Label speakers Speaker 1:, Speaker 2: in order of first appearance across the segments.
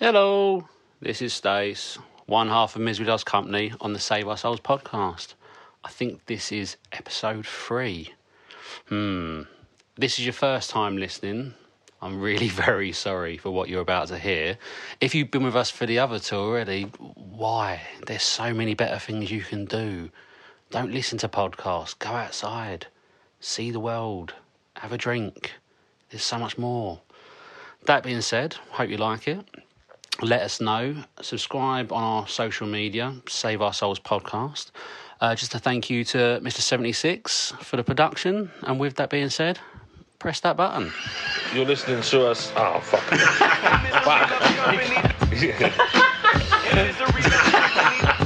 Speaker 1: Hello, this is Stace, one half of Misery Loves Company on the Save Our Souls podcast. I think this is episode three. Hmm. This is your first time listening. I'm really very sorry for what you're about to hear. If you've been with us for the other two already, why? There's so many better things you can do. Don't listen to podcasts. Go outside. See the world. Have a drink. There's so much more. That being said, hope you like it let us know. Subscribe on our social media, Save Our Souls podcast. Uh, just a thank you to Mr. 76 for the production. And with that being said, press that button.
Speaker 2: You're listening to us. Oh fuck!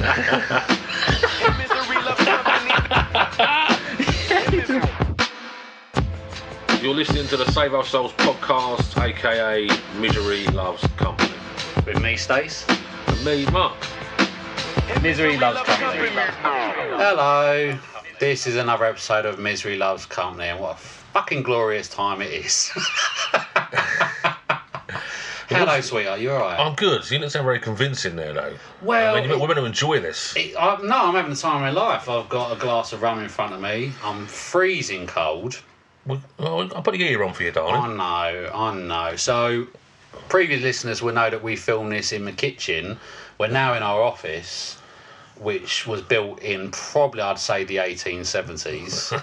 Speaker 2: You're listening to the Save Our Souls podcast, aka Misery Loves Company.
Speaker 3: With me, Stace.
Speaker 2: And me, Mark.
Speaker 3: Misery loves company. Hello. This is another episode of Misery Loves Company, and what a fucking glorious time it is. Hello, sweetheart. You all right?
Speaker 2: I'm good. You didn't sound very convincing there, though.
Speaker 3: Well,
Speaker 2: I mean, we're meant to enjoy this.
Speaker 3: It- I, no, I'm having the time of my life. I've got a glass of rum in front of me. I'm freezing cold.
Speaker 2: We- well, I'll put the ear on for you,
Speaker 3: I
Speaker 2: darling.
Speaker 3: know, I know. So, previous listeners will know that we filmed this in the kitchen. We're now in our office, which was built in probably, I'd say, the 1870s.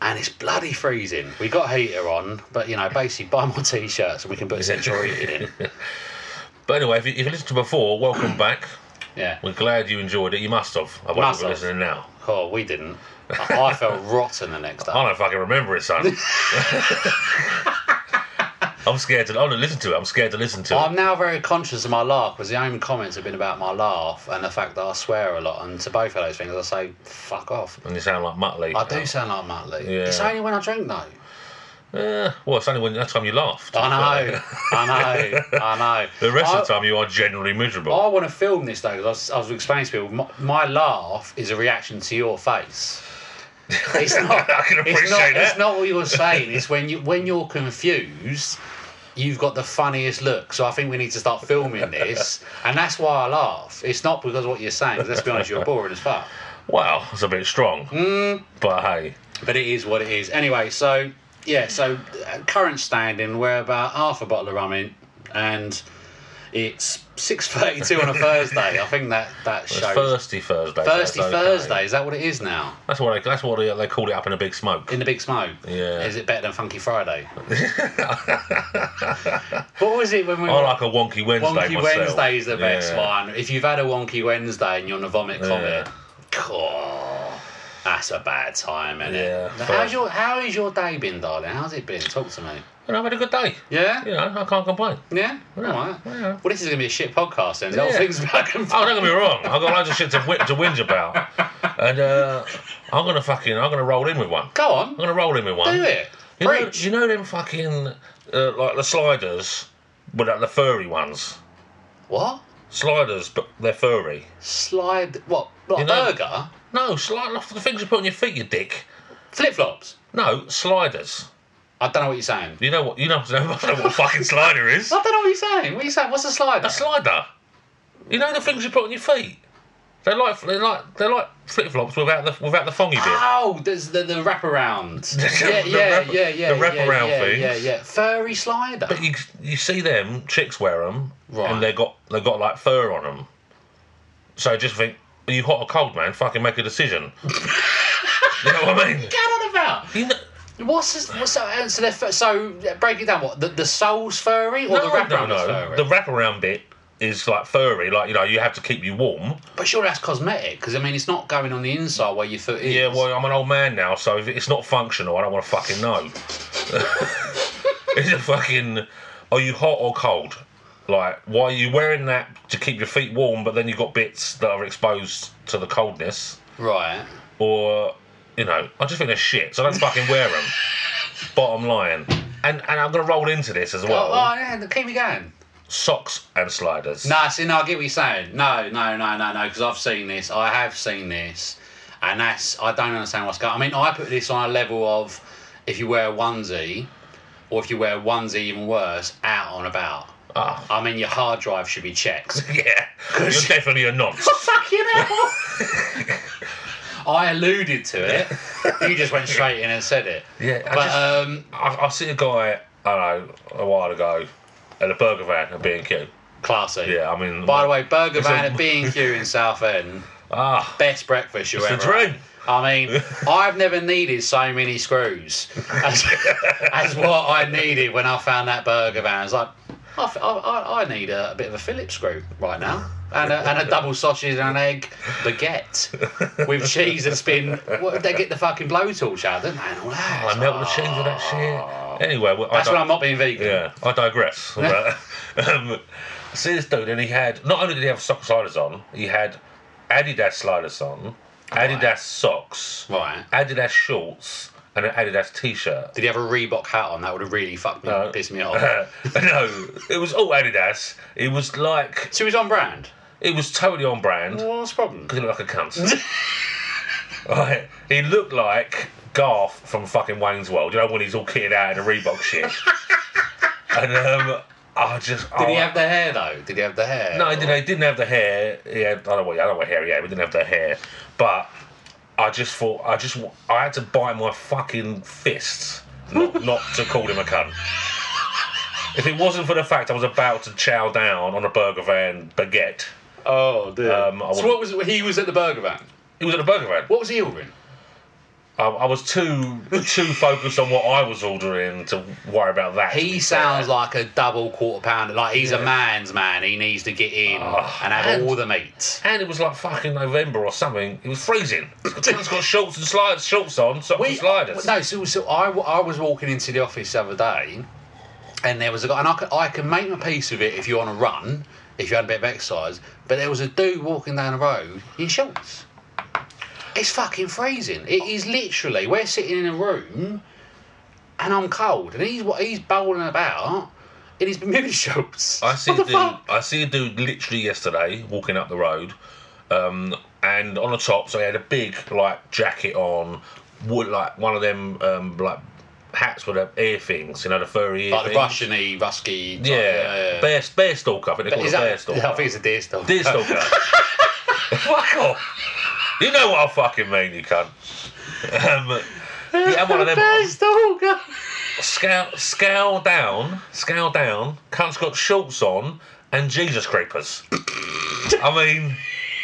Speaker 3: and it's bloody freezing. We got a heater on, but you know, basically, buy more t shirts and we can put central heating in.
Speaker 2: But anyway, if you, if you listened to before, welcome back.
Speaker 3: Yeah.
Speaker 2: We're glad you enjoyed it. You must have. I won't
Speaker 3: Must
Speaker 2: be
Speaker 3: have.
Speaker 2: listening now.
Speaker 3: Oh, we didn't. I I felt rotten the next
Speaker 2: I
Speaker 3: day.
Speaker 2: don't fucking remember it, son. I'm scared to. I don't listen to it. I'm scared to listen to it.
Speaker 3: I'm now very conscious of my laugh because the only comments have been about my laugh and the fact that I swear a lot. And to both of those things, I say, fuck off.
Speaker 2: and you sound like Muttley.
Speaker 3: I do sound like Matt Lee.
Speaker 2: Yeah.
Speaker 3: It's only when I drink though.
Speaker 2: Eh, well, it's only when that time you laughed.
Speaker 3: I know, I know, I know.
Speaker 2: The rest
Speaker 3: I,
Speaker 2: of the time, you are generally miserable.
Speaker 3: I want to film this though, 'cause I was, I was explaining to people, my, my laugh is a reaction to your face. It's not.
Speaker 2: I
Speaker 3: it's
Speaker 2: can
Speaker 3: not.
Speaker 2: appreciate that.
Speaker 3: It's not what you're saying. It's when you when you're confused, you've got the funniest look. So I think we need to start filming this, and that's why I laugh. It's not because of what you're saying. 'cause Let's be honest, you're boring as fuck.
Speaker 2: Well, it's a bit strong.
Speaker 3: Hmm.
Speaker 2: But hey,
Speaker 3: But it is what it is. Anyway, so yeah, so uh, current standing, we're about half a bottle of rum in, and it's six thirty-two on a Thursday. I think that that
Speaker 2: it's
Speaker 3: shows
Speaker 2: Thursday Thursday. so
Speaker 3: Thirsty
Speaker 2: it's okay.
Speaker 3: Thursday. Is that what it is now?
Speaker 2: That's what they, that's what they, they called it up in a big smoke.
Speaker 3: In the big smoke.
Speaker 2: Yeah.
Speaker 3: Is it better than Funky Friday? what was it when we
Speaker 2: I
Speaker 3: were
Speaker 2: like a wonky Wednesday.
Speaker 3: Wonky
Speaker 2: myself.
Speaker 3: Wednesday is the best
Speaker 2: Yeah.
Speaker 3: one. If you've had a Wonky Wednesday and you're on a vomit comet, cool. that's a bad time, isn't
Speaker 2: Yeah,
Speaker 3: it?
Speaker 2: but-
Speaker 3: How's your How has your day been, darling? How's it been? Talk to me.
Speaker 2: And I've had a good day.
Speaker 3: Yeah?
Speaker 2: You know, I can't complain.
Speaker 3: Yeah? All right.
Speaker 2: yeah.
Speaker 3: Well, this is going to be a shit podcast then. The whole
Speaker 2: Yeah.
Speaker 3: thing's about
Speaker 2: Oh, don't get me wrong. I've got loads of shit to, whi- to whinge about, and uh, I'm gonna fucking I'm gonna roll in with one.
Speaker 3: Go
Speaker 2: I'm
Speaker 3: on.
Speaker 2: gonna roll in with one.
Speaker 3: Do it.
Speaker 2: You know,
Speaker 3: Preach.
Speaker 2: you know them fucking uh, like the sliders, but like the furry ones.
Speaker 3: What?
Speaker 2: Sliders, but they're furry.
Speaker 3: Slide. What? Like
Speaker 2: You know-
Speaker 3: burger?
Speaker 2: No, slide the things you put on your feet, you dick.
Speaker 3: Flip flops.
Speaker 2: No, sliders.
Speaker 3: I don't know what you're saying.
Speaker 2: You know what? You know, I don't know what a fucking slider is.
Speaker 3: I don't know what you're saying. What are you saying? What's a slider?
Speaker 2: A slider. You know the things you put on your feet. They're like they're like they're like flip flops without the without the fongy bit.
Speaker 3: Oh, there's the, the wraparound. yeah,
Speaker 2: The
Speaker 3: yeah,
Speaker 2: wrap-
Speaker 3: yeah, yeah.
Speaker 2: the wraparound
Speaker 3: yeah, yeah,
Speaker 2: things.
Speaker 3: Yeah, yeah. Furry slider.
Speaker 2: But you you see them chicks wear them,
Speaker 3: Right.
Speaker 2: and they got they got like fur on them. So just think, are you hot or cold, man? Fucking make a decision. you know what I mean?
Speaker 3: Get on about.
Speaker 2: You know,
Speaker 3: What's this, what's so? uh, So, they're fur- so uh, break it down. What the, the soul's furry or the
Speaker 2: no, no,
Speaker 3: wraparound is
Speaker 2: no.
Speaker 3: furry?
Speaker 2: The wraparound bit is like furry, like you know, you have to keep you warm.
Speaker 3: But sure, that's cosmetic because I mean, it's not going on the inside where your foot is.
Speaker 2: Yeah, well, I'm an old man now, so if it's not functional, I don't want to fucking know. it's a fucking. Are you hot or cold? Like, why are you wearing that to keep your feet warm, but then you've got bits that are exposed to the coldness?
Speaker 3: right.
Speaker 2: Or, you know, I just think they're shit, so I don't fucking wear them. Bottom line. And, and I'm going to roll into this as
Speaker 3: Oh,
Speaker 2: well.
Speaker 3: oh, yeah, keep me going.
Speaker 2: Socks and sliders.
Speaker 3: No, see, no, I get what you're saying. No, no, no, no, no, because I've seen this. I have seen this, and that's I don't understand what's going. I mean, I put this on a level of if you wear a onesie, or if you wear a onesie, even worse, out on about.
Speaker 2: Ah.
Speaker 3: I mean, your hard drive should be checked.
Speaker 2: Yeah. You're definitely a nonce.
Speaker 3: Fucking hell! I alluded to it. You just went straight in and said it.
Speaker 2: Yeah, I
Speaker 3: but
Speaker 2: just-
Speaker 3: um,
Speaker 2: I, I see a guy, I don't know, a while ago at a burger van at B&Q.
Speaker 3: classy.
Speaker 2: Yeah, I mean.
Speaker 3: By the way, Burger
Speaker 2: It's a-
Speaker 3: Van at B and Q in Southend.
Speaker 2: Ah,
Speaker 3: best breakfast you
Speaker 2: It's
Speaker 3: ever.
Speaker 2: the
Speaker 3: had.
Speaker 2: dream.
Speaker 3: I mean, I've never needed so many screws as, as what I needed when I found that burger van. I was like, I, f- I- I- I need a, a bit of a Phillips screw right now. And a, and a double sausage and an egg baguette with cheese and spin. What, they get the fucking blowtorch out, don't they? And all that.
Speaker 2: I
Speaker 3: It's
Speaker 2: Oh, melt the
Speaker 3: like,
Speaker 2: cheese with that shit. Anyway, well,
Speaker 3: Ah. That's
Speaker 2: I
Speaker 3: when
Speaker 2: di-
Speaker 3: I'm not being vegan.
Speaker 2: Yeah, I digress. But, um, I see this dude, and he had not only did he have sock sliders on, he had Adidas sliders on, Adidas socks,
Speaker 3: Right.
Speaker 2: Adidas shorts, and an Adidas t-shirt.
Speaker 3: Did he have a Reebok hat on? That would have really fucked me,
Speaker 2: No.
Speaker 3: pissed me off.
Speaker 2: no, it was all Adidas. It was like
Speaker 3: so he's on brand.
Speaker 2: it was totally on brand.
Speaker 3: What's the problem?
Speaker 2: He looked like a cunt. right. He looked like Garth from fucking Wayne's World. You know when he's all kitted out in a Reebok shit. and um, I just
Speaker 3: Did
Speaker 2: oh,
Speaker 3: he have the hair though? Did he have the hair?
Speaker 2: no, he didn't, he didn't have the hair. He had, I don't know what I don't know what hair he had. He didn't have the hair, but I just thought I just wa- I had to bite my fucking fists not, not to call him a cunt. If it wasn't for the fact I was about to chow down on a burger van baguette,
Speaker 3: Oh dear.
Speaker 2: Um, I
Speaker 3: so
Speaker 2: wouldn't-
Speaker 3: what was he was at the burger van?
Speaker 2: he was at a burger van.
Speaker 3: What was he ordering?
Speaker 2: I, I was too too focused on what I was ordering to worry about that. to
Speaker 3: He
Speaker 2: be
Speaker 3: sounds
Speaker 2: fair.
Speaker 3: like a double quarter pounder. Like he's a man's man. He needs to get in Oh, and have
Speaker 2: and-
Speaker 3: all the meat.
Speaker 2: And it was like fucking November or something. It was freezing. He's got shorts and sliders, shorts on, socks and sliders.
Speaker 3: No, so, so I, w- I was walking into the office the other day, and there was a guy, and I can, I can make my peace with it if you're on a run, if you had a bit of exercise, but there was a dude walking down the road in shorts. It's fucking freezing. It is literally, we're sitting in a room, and I'm cold, and he's what he's bowling about in his Bermuda shorts.
Speaker 2: I see
Speaker 3: what the
Speaker 2: a dude.
Speaker 3: fuck?
Speaker 2: I see a dude literally yesterday walking up the road, um, and on the top, so he had a big like jacket on, wood like one of them um, like hats with the ear things, you know, the furry ear
Speaker 3: Like the
Speaker 2: things.
Speaker 3: Russian-y, rusky. type,
Speaker 2: Yeah, bear bear stalker. I think they call
Speaker 3: Is
Speaker 2: it
Speaker 3: that-
Speaker 2: bear stalker.
Speaker 3: I think it's a deer stalker.
Speaker 2: Deer stalker. Fuck off. You know what I fucking mean, you cunt. Um, he had one of them on.
Speaker 3: Bear stalker.
Speaker 2: Scowl, scowl down, scowl down. Cunt's got shorts on and Jesus creepers. I mean,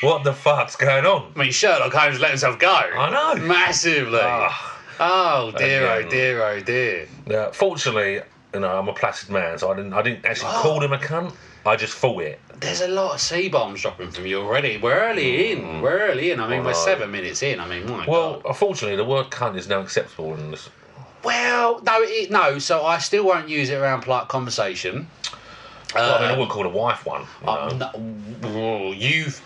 Speaker 2: what the fuck's going on?
Speaker 3: I mean, Sherlock Holmes let himself go. I
Speaker 2: know.
Speaker 3: Massively.
Speaker 2: Ah.
Speaker 3: Oh, dear, oh,
Speaker 2: Again.
Speaker 3: dear, oh, dear.
Speaker 2: Yeah, fortunately, you know, I'm a placid man, so I didn't, I didn't actually
Speaker 3: Oh.
Speaker 2: call him a cunt. I just thought it.
Speaker 3: There's a lot of C bombs dropping from you already. We're early in. We're early in. I mean, we're seven minutes in. I mean, my
Speaker 2: Mm. uh, Well,
Speaker 3: God.
Speaker 2: unfortunately, the word cunt is now acceptable in this.
Speaker 3: Well, no, it, no. So I still won't use it around polite conversation.
Speaker 2: well, I mean, I wouldn't call a wife one. You know?
Speaker 3: Uh, Um, no, oh, you've.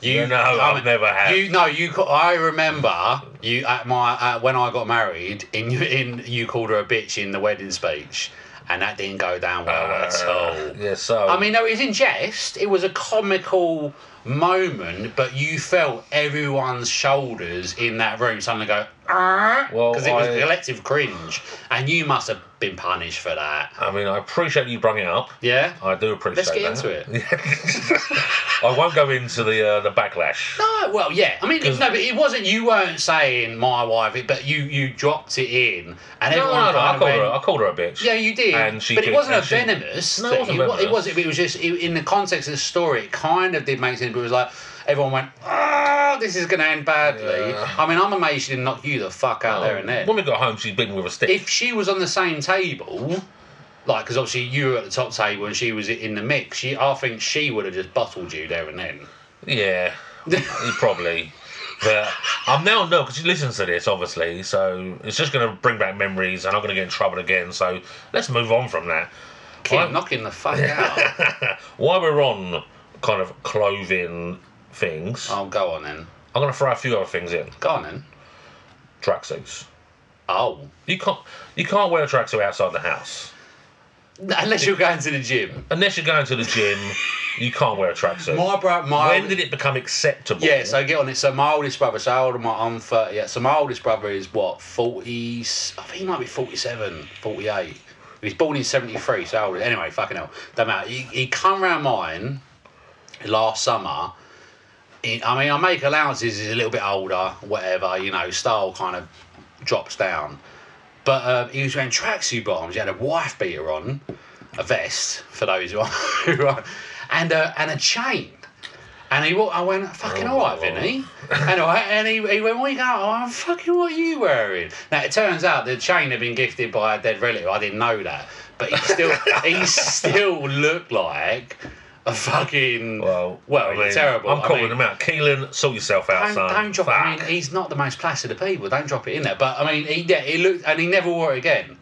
Speaker 3: You,
Speaker 2: No, I've never had.
Speaker 3: You no, you. ca- I remember you at my uh, when I got married. In in you called her a bitch in the wedding speech, and that didn't go down well
Speaker 2: Uh,
Speaker 3: at all.
Speaker 2: yeah, so.
Speaker 3: I mean, no, it was in jest. It was a comical moment, but you felt everyone's shoulders in that room suddenly go, because
Speaker 2: Well,
Speaker 3: it was
Speaker 2: I-
Speaker 3: a collective cringe, and you must have been punished for that.
Speaker 2: I mean, I appreciate you bringing it up.
Speaker 3: Yeah?
Speaker 2: I do appreciate
Speaker 3: Let's
Speaker 2: that.
Speaker 3: get into it.
Speaker 2: I won't go into the uh, the backlash.
Speaker 3: No, well, yeah. I mean, it, no, but it wasn't. You weren't saying my wife, it- but you you dropped it in, and
Speaker 2: No,
Speaker 3: everyone
Speaker 2: no, no. I
Speaker 3: kind of
Speaker 2: called, her,
Speaker 3: went,
Speaker 2: I called her a bitch.
Speaker 3: Yeah, you did.
Speaker 2: And she
Speaker 3: but it
Speaker 2: could-
Speaker 3: wasn't a
Speaker 2: and she-
Speaker 3: venomous
Speaker 2: No,
Speaker 3: thing.
Speaker 2: it wasn't
Speaker 3: wa- It,
Speaker 2: venomous.
Speaker 3: wasn't. It was just it, in the context of the story. It kind of did make sense, but it was like everyone went, "Oh, this is going to end badly." I mean, I'm amazed she didn't knock you the fuck out
Speaker 2: Oh.
Speaker 3: there and there.
Speaker 2: When we got home, she'd beaten with a stick.
Speaker 3: If she was on the same table. Like, because obviously you were at the top table and she was in the mix. She, I think she would have just bottled you there and then.
Speaker 2: Yeah, probably. But I'm now no because she listens to this, obviously. So it's just going to bring back memories, and I'm going to get in trouble again. So let's move on from that.
Speaker 3: Keep
Speaker 2: Why-
Speaker 3: knocking the fuck out.
Speaker 2: While we're on kind of clothing things,
Speaker 3: Oh, go on then.
Speaker 2: I'm going to throw a few other things in.
Speaker 3: Go on then.
Speaker 2: Tracksuits.
Speaker 3: Oh.
Speaker 2: You can't you can't wear a tracksuit outside the house
Speaker 3: Unless you're going to the gym.
Speaker 2: unless you're going to the gym. you can't wear a tracksuit.
Speaker 3: My bro, my.
Speaker 2: when did it become acceptable?
Speaker 3: Yeah, so get on it. So my oldest brother, so how old am I? I'm 30. Yeah, so my oldest brother is what, 40, I think he might be 47, 48. He was born in 73, so how old, anyway, fucking hell. Don't matter. He, he come round mine last summer. He, I mean, I make allowances, he's a little bit older, whatever, you know, style kind of drops down. But uh, he was wearing tracksuit bottoms. He had a wife beater on, a vest for those who are, who are and a, and a chain. And he, wa- I went, fucking all
Speaker 2: Oh,
Speaker 3: right, Vinny. and, I, and he, he went, what you going? I went, fucking what are you wearing? Now it turns out the chain had been gifted by a dead relative. I didn't know that, but he still he still looked like a fucking
Speaker 2: Well,
Speaker 3: well,
Speaker 2: I mean,
Speaker 3: terrible.
Speaker 2: I'm
Speaker 3: I
Speaker 2: calling
Speaker 3: mean,
Speaker 2: them out. Keelan, sort yourself out,
Speaker 3: don't,
Speaker 2: son.
Speaker 3: don't drop it. I mean,
Speaker 2: Fuck.
Speaker 3: he's not the most placid of people. Don't drop it in there. But I mean, he yeah, he looked and he never wore it again.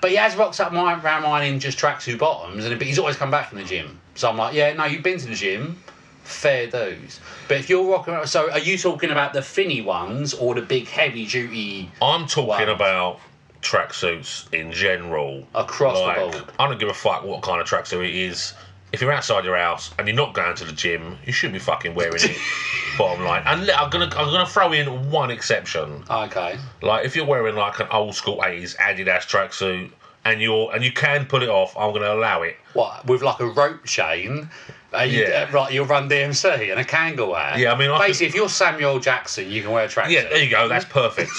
Speaker 3: but he has rocked up my round mine in just tracksuit bottoms, and but he's always come back from the gym. So I'm like, yeah, no, you've been to the gym. Fair dues. But if you're rocking around, so are you talking about the finny ones or the big heavy duty?
Speaker 2: I'm talking
Speaker 3: Wow.
Speaker 2: about tracksuits in general.
Speaker 3: Across the
Speaker 2: like,
Speaker 3: board.
Speaker 2: I don't give a fuck what kind of tracksuit it is. If you're outside your house and you're not going to the gym, you shouldn't be fucking wearing it. bottom line, and le- I'm gonna I'm gonna throw in one exception.
Speaker 3: Okay.
Speaker 2: Like if you're wearing like an old school '80s Adidas tracksuit and you're and you can pull it off, I'm gonna allow it.
Speaker 3: What with like a rope chain? Uh, you,
Speaker 2: Yeah.
Speaker 3: uh, right, you'll run DMC and a kangaroo.
Speaker 2: Yeah, I mean, I
Speaker 3: basically,
Speaker 2: could-
Speaker 3: if you're Samuel Jackson, you can wear a tracksuit.
Speaker 2: Yeah, there you go. That's perfect.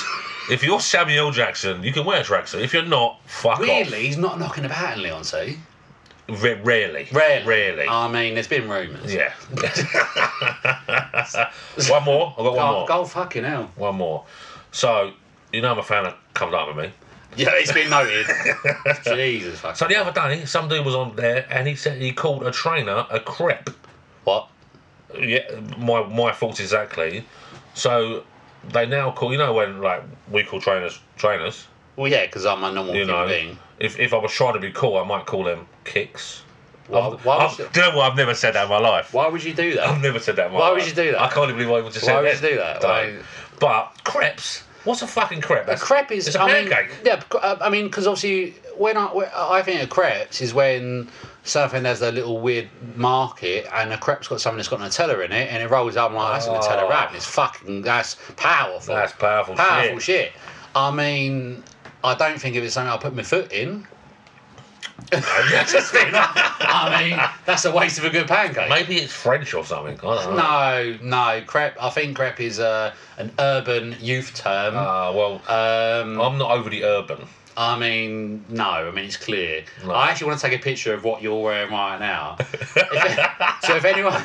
Speaker 2: if you're Samuel Jackson, you can wear a tracksuit. If you're not, fuck
Speaker 3: Weirdly, he's not knocking about in Leon T.
Speaker 2: off. Re- rarely,
Speaker 3: Rarely.
Speaker 2: rarely.
Speaker 3: I mean, there's been rumours.
Speaker 2: Yeah. one more. I've got one
Speaker 3: Oh,
Speaker 2: more.
Speaker 3: go fucking hell.
Speaker 2: One more. So, you know I'm a fan of Come Down With Me.
Speaker 3: Yeah, it's been noted. Jesus fucking.
Speaker 2: So the other day, some dude was on there and he said he called a trainer a crep.
Speaker 3: What?
Speaker 2: Yeah, my my fault exactly. So they now call, you know when like we call trainers trainers,
Speaker 3: Well, yeah, because I'm a normal
Speaker 2: you
Speaker 3: human
Speaker 2: know.
Speaker 3: being.
Speaker 2: If, if I was trying to be cool, I might call them kicks.
Speaker 3: Why,
Speaker 2: I've-
Speaker 3: why,
Speaker 2: I've-
Speaker 3: would you,
Speaker 2: do you know what? I've never said that in my life.
Speaker 3: why would you do that?
Speaker 2: I've never said that. in my
Speaker 3: Why would
Speaker 2: life.
Speaker 3: you do that?
Speaker 2: I can't even believe what you just
Speaker 3: Why
Speaker 2: said.
Speaker 3: would
Speaker 2: there.
Speaker 3: you do that?
Speaker 2: Don't.
Speaker 3: Why-
Speaker 2: But crepes. What's a fucking crepe?
Speaker 3: A crepe is
Speaker 2: it's a
Speaker 3: I mean,
Speaker 2: pancake.
Speaker 3: yeah, c- uh, I mean, because obviously, when I when- I think a crepes is when something has a little weird market, and a crepe's got something that's got Nutella in it, and it rolls up and like that's a Nutella wrap. and It's fucking that's powerful.
Speaker 2: Oh. That's powerful
Speaker 3: Powerful shit.
Speaker 2: shit.
Speaker 3: I mean, I don't think if it's something I'll put my foot in. Just being- I mean, that's a waste of a good pancake.
Speaker 2: Maybe it's French or something. I don't know.
Speaker 3: No, no, crepe. I think crepe is uh, an urban youth term.
Speaker 2: Uh, well,
Speaker 3: um,
Speaker 2: I'm not overly urban.
Speaker 3: I mean, no. I mean, it's clear.
Speaker 2: No.
Speaker 3: I actually want to take a picture of what you're wearing right now. If- so if anyone,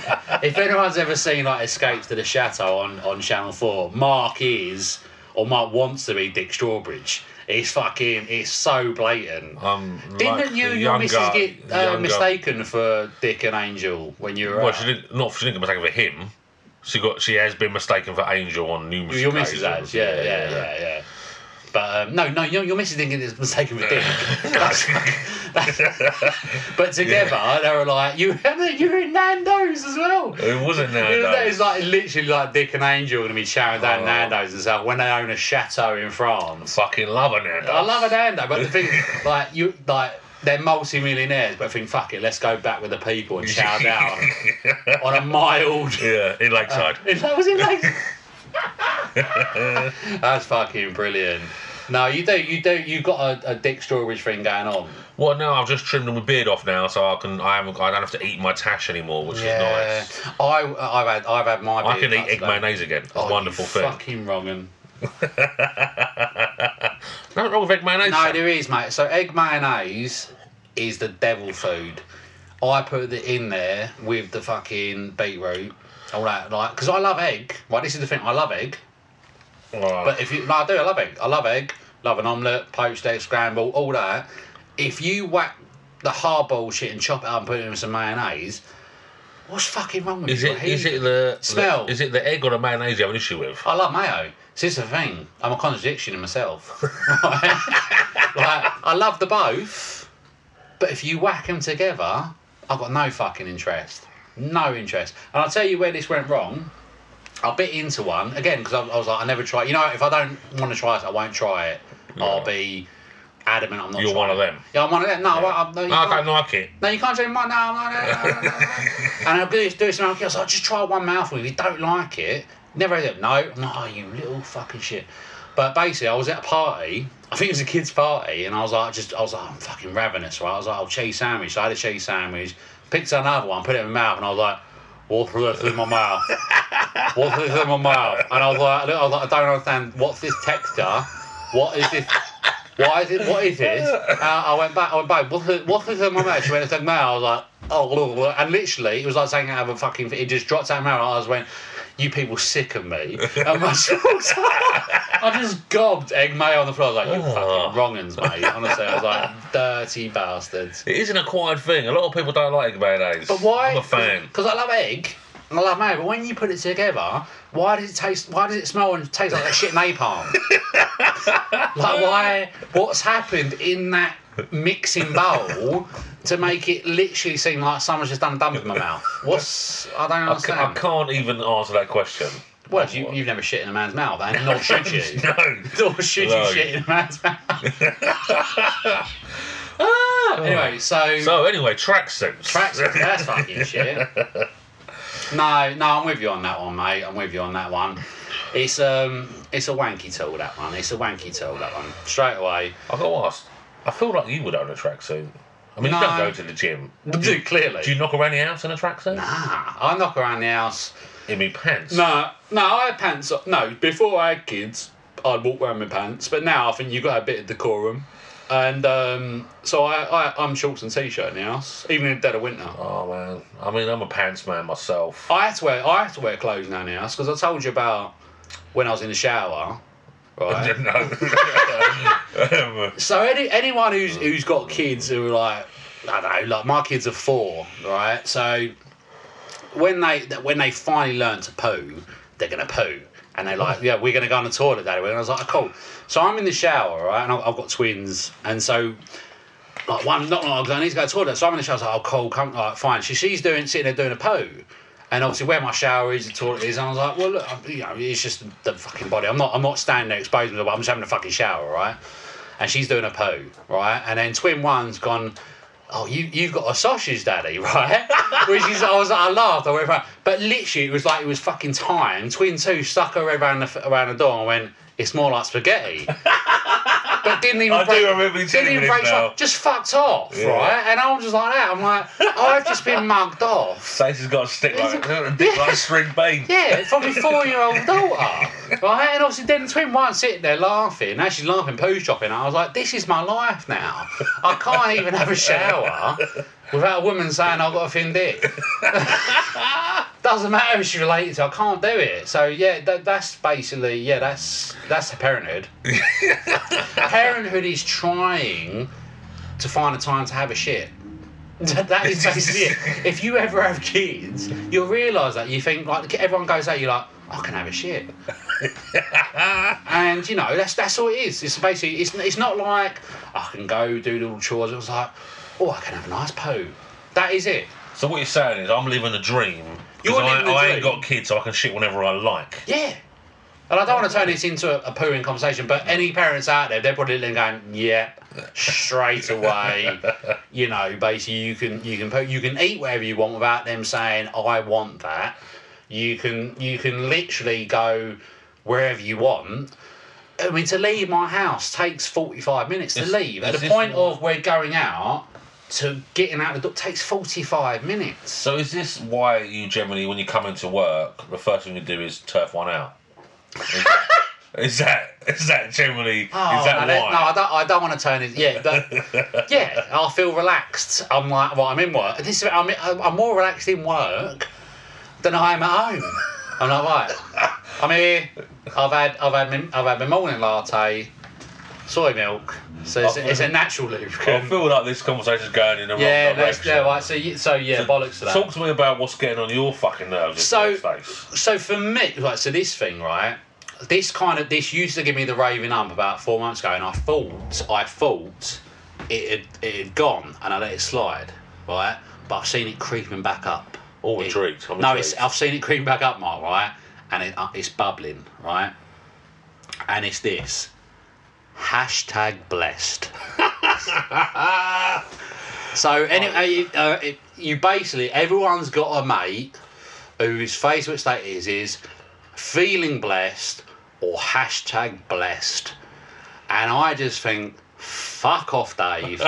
Speaker 3: if anyone's ever seen like Escapes to the Chateau on on Channel Four, Mark is or Mark wants to be Dick Strawbridge. It's fucking. It's so blatant.
Speaker 2: I'm like
Speaker 3: Didn't you
Speaker 2: the
Speaker 3: and your
Speaker 2: younger-
Speaker 3: missus get uh,
Speaker 2: younger-
Speaker 3: mistaken for Dick and Angel when you were?
Speaker 2: Well,
Speaker 3: out?
Speaker 2: she didn't. Not she didn't get mistaken for him. She got. She has been mistaken for Angel on numerous
Speaker 3: Your
Speaker 2: occasions.
Speaker 3: missus has, yeah, yeah, yeah, yeah. But um, no, no, your, your missus didn't get this mistaken for dick. That's- that's- but together, they were like, you, you're in Nando's as well.
Speaker 2: It wasn't now.
Speaker 3: You know, that
Speaker 2: though.
Speaker 3: is like literally like Dick and Angel going to be chowing down Nando's and stuff when they own a chateau in France.
Speaker 2: Fucking love her now.
Speaker 3: I love a Nando, but the thing, like you, like they're multi-millionaires, but think fuck it, let's go back with the people and chow down on a mild
Speaker 2: Yeah, in Lakeside.
Speaker 3: if that was in like. That's fucking brilliant. No, you do. You do. You've got a, a Dick Strawbridge thing going on.
Speaker 2: Well, no, I've just trimmed my beard off now, so I can. I haven't. I don't have to eat my tash anymore, which is nice.
Speaker 3: I, I've had. I've had my.
Speaker 2: I
Speaker 3: beard
Speaker 2: can eat
Speaker 3: cut
Speaker 2: egg
Speaker 3: today.
Speaker 2: mayonnaise again. It's
Speaker 3: Oh,
Speaker 2: a wonderful
Speaker 3: you
Speaker 2: food.
Speaker 3: Fucking wrong 'un.
Speaker 2: Nothing wrong with egg mayonnaise.
Speaker 3: No,
Speaker 2: son.
Speaker 3: there is, mate. So egg mayonnaise is the devil food. I put it in there with the fucking beetroot, all that, like, because I love egg. Right, this is the thing. I love egg,
Speaker 2: Oh,
Speaker 3: but if you, no, I do. I love egg. I love egg. Love an omelette, poached egg, scramble, all that. If you whack the hardball shit and chop it up and put it in with some mayonnaise, what's fucking wrong with
Speaker 2: is
Speaker 3: you?
Speaker 2: it is it the
Speaker 3: Smell.
Speaker 2: The, is it the egg or the mayonnaise you have an issue with?
Speaker 3: I love mayo. See, This is the thing. I'm a contradiction in myself. like, I love the both, but if you whack them together, I've got no fucking interest. No interest. And I'll tell you where this went wrong. I bit into one again because I, I was like, I never try. You know, if I don't want to try it, I won't try it. I'll be adamant. I'm not.
Speaker 2: You're one
Speaker 3: trying
Speaker 2: of
Speaker 3: it.
Speaker 2: them.
Speaker 3: Yeah, I'm one of them. No, I, I, no, you
Speaker 2: No, I
Speaker 3: can't-
Speaker 2: don't like it.
Speaker 3: no, you can't drink one. No, no, no, no, no, no, no. And I'll do this, do this, and I'll go, just try one mouthful. If you don't like it, never had it. No, I'm like, oh, you little fucking shit. But basically, I was at a party. I think it was a kid's party, and I was like, just, I was like, I'm fucking ravenous, right? I was like, oh, cheese sandwich. So I had a cheese sandwich, picked another one, put it in my mouth, and I was like, what's this in my mouth? What's this in my mouth? And I was like, I was like, I don't understand. What's this texture? What is this? Why is it? What is this? Uh, I went back. I went back. What's this, what's this in my mouth? She went, it's in my mouth. I was like, oh, look, look. and literally, it was like saying out of a fucking. It just dropped out of my mouth. I just went, you people sick of me. And my shorts- I just gobbed egg mayo on the floor. I was like, you fucking wrongins, mate. Honestly, I was like, dirty bastards.
Speaker 2: It is an acquired thing. A lot of people don't like egg mayonnaise.
Speaker 3: But why?
Speaker 2: I'm a fan.
Speaker 3: Because I love egg and I love mayo. But when you put it together, why does it taste? Why does it smell and taste like that shit napalm? like why? What's happened in that mixing bowl to make it literally seem like someone's just done a dump in my mouth? What's I don't
Speaker 2: I, ca-
Speaker 3: understand.
Speaker 2: I can't even answer that question.
Speaker 3: well, you, you've never shit in a man's mouth, and nor should you.
Speaker 2: No.
Speaker 3: Nor should
Speaker 2: No.
Speaker 3: you shit in a man's mouth. Ah, anyway,
Speaker 2: So anyway, tracksuits.
Speaker 3: Tracks, that's fucking shit. No, no, I'm with you on that one, mate. I'm with you on that one. It's um, it's a wanky tool that one. It's a wanky tool that one. Straight away,
Speaker 2: I got to ask. I feel like you would own a tracksuit. I mean,
Speaker 3: No.
Speaker 2: you don't go to the gym.
Speaker 3: do clearly.
Speaker 2: Do you knock around the house in a tracksuit?
Speaker 3: ah, I knock around the house.
Speaker 2: In me pants.
Speaker 3: No, no, I had pants. on. No, before I had kids, I'd walk around my pants. But now I think you got a bit of decorum. And um, so I, I, I'm shorts and t-shirt in the house, even in the dead of winter.
Speaker 2: Oh man. I mean, I'm a pants man myself.
Speaker 3: I had to wear I had to wear clothes now in the house because I told you about when I was in the shower, Oh, right?
Speaker 2: no.
Speaker 3: so any, anyone who's who's got kids who are like I don't know, like my kids are four, right? So when they when they finally learn to poo, they're gonna poo. And they're like, yeah, we're going to go on the toilet that way. And I was like, oh, cool. So I'm in the shower, right? And I've, I've got twins. And so, like, one, not long, I need to go to the toilet. So I'm in the shower. I was like, oh, cool, come, like, fine. She, she's doing, sitting there doing a poo. And obviously, where my shower is, the toilet is. And I was like, well, look, I'm- you know, it's just the fucking body. I'm not, I'm not standing there exposing myself. I'm just having a fucking shower, right? and she's doing a poo, right? And then twin one's gone, oh, you you've got a sausage, daddy, right? Which is I was I laughed, I went around, but literally it was like it was fucking time. Twin two stuck her around the f- around the door and went, it's more like spaghetti. But didn't even
Speaker 2: I do
Speaker 3: break,
Speaker 2: remember you telling
Speaker 3: didn't
Speaker 2: me
Speaker 3: even
Speaker 2: this
Speaker 3: break
Speaker 2: now.
Speaker 3: just fucked off, right? And I was just like that. I'm like, "Oh, I've just been mugged off.
Speaker 2: Stacey's got a stick like, a dick like a string bean.
Speaker 3: Yeah, from my four-year-old daughter. Right, and obviously then twin one sitting there laughing. Now she's laughing, poo shopping. I was like, this is my life now. I can't even have a shower without a woman saying I've got a thin dick. Doesn't matter if she related to. I can't do it. So yeah, that, that's basically yeah, that's that's parenthood. parenthood is trying to find a time to have a shit. that is basically it. If you ever have kids, you'll realise that you think like everyone goes out, you're like, I can have a shit. and you know that's that's all it is. It's basically it's it's not like I can go do little chores. It was like, oh, I can have a nice poo. That is it.
Speaker 2: So what you're saying is I'm living a dream. 'cause
Speaker 3: You're
Speaker 2: I,
Speaker 3: living a
Speaker 2: I ain't
Speaker 3: dream.
Speaker 2: got kids, so I can shit whenever I like.
Speaker 3: Yeah. And I don't want to turn this into a, a pooing conversation, but any parents out there, they're probably looking going, yeah, straight away. you know, basically, you can you can poo, you can eat whatever you want without them saying, I want that. You can you can literally go wherever you want. I mean, to leave my house takes 45 minutes to
Speaker 2: Is-
Speaker 3: leave. At
Speaker 2: is
Speaker 3: the
Speaker 2: this
Speaker 3: point
Speaker 2: why-
Speaker 3: of we're going out to getting out the door takes 45 minutes.
Speaker 2: So is this why you generally, when you come into work, the first thing you do is turf one out? Is that- Is that is that generally
Speaker 3: Oh,
Speaker 2: is that
Speaker 3: no, that-
Speaker 2: why?
Speaker 3: no, I don't. I don't want to turn it. Yeah, but yeah, I feel relaxed. I'm like, well, I'm in work. This, is- I'm, I'm more relaxed in work than I am at home. I'm like, right, I'm here. I've had, I've had, my, I've had my morning latte, soy milk. So it's, it's a natural
Speaker 2: Oh. I
Speaker 3: lubricant.
Speaker 2: feel like this conversation's going in the
Speaker 3: Yeah,
Speaker 2: wrong
Speaker 3: that's,
Speaker 2: direction.
Speaker 3: yeah, right. So, you- so yeah, bollocks to that.
Speaker 2: Talk to me about what's getting on your fucking nerves.
Speaker 3: So-
Speaker 2: in space.
Speaker 3: So for me, like, so this thing, right? This kind of this used to give me the raving ump about four months ago, and I thought, I thought it had, it had gone, and I let it slide, right? But I've seen it creeping back up.
Speaker 2: Oh,
Speaker 3: It-
Speaker 2: intrigued. I'm
Speaker 3: no,
Speaker 2: intrigued.
Speaker 3: it's I've seen it creeping back up, Mark, right? And it, uh, it's bubbling, right? And it's this hashtag blessed. so anyway, uh, it, you basically everyone's got a mate whose Facebook status is feeling blessed or hashtag blessed. And I just think, fuck off, Dave.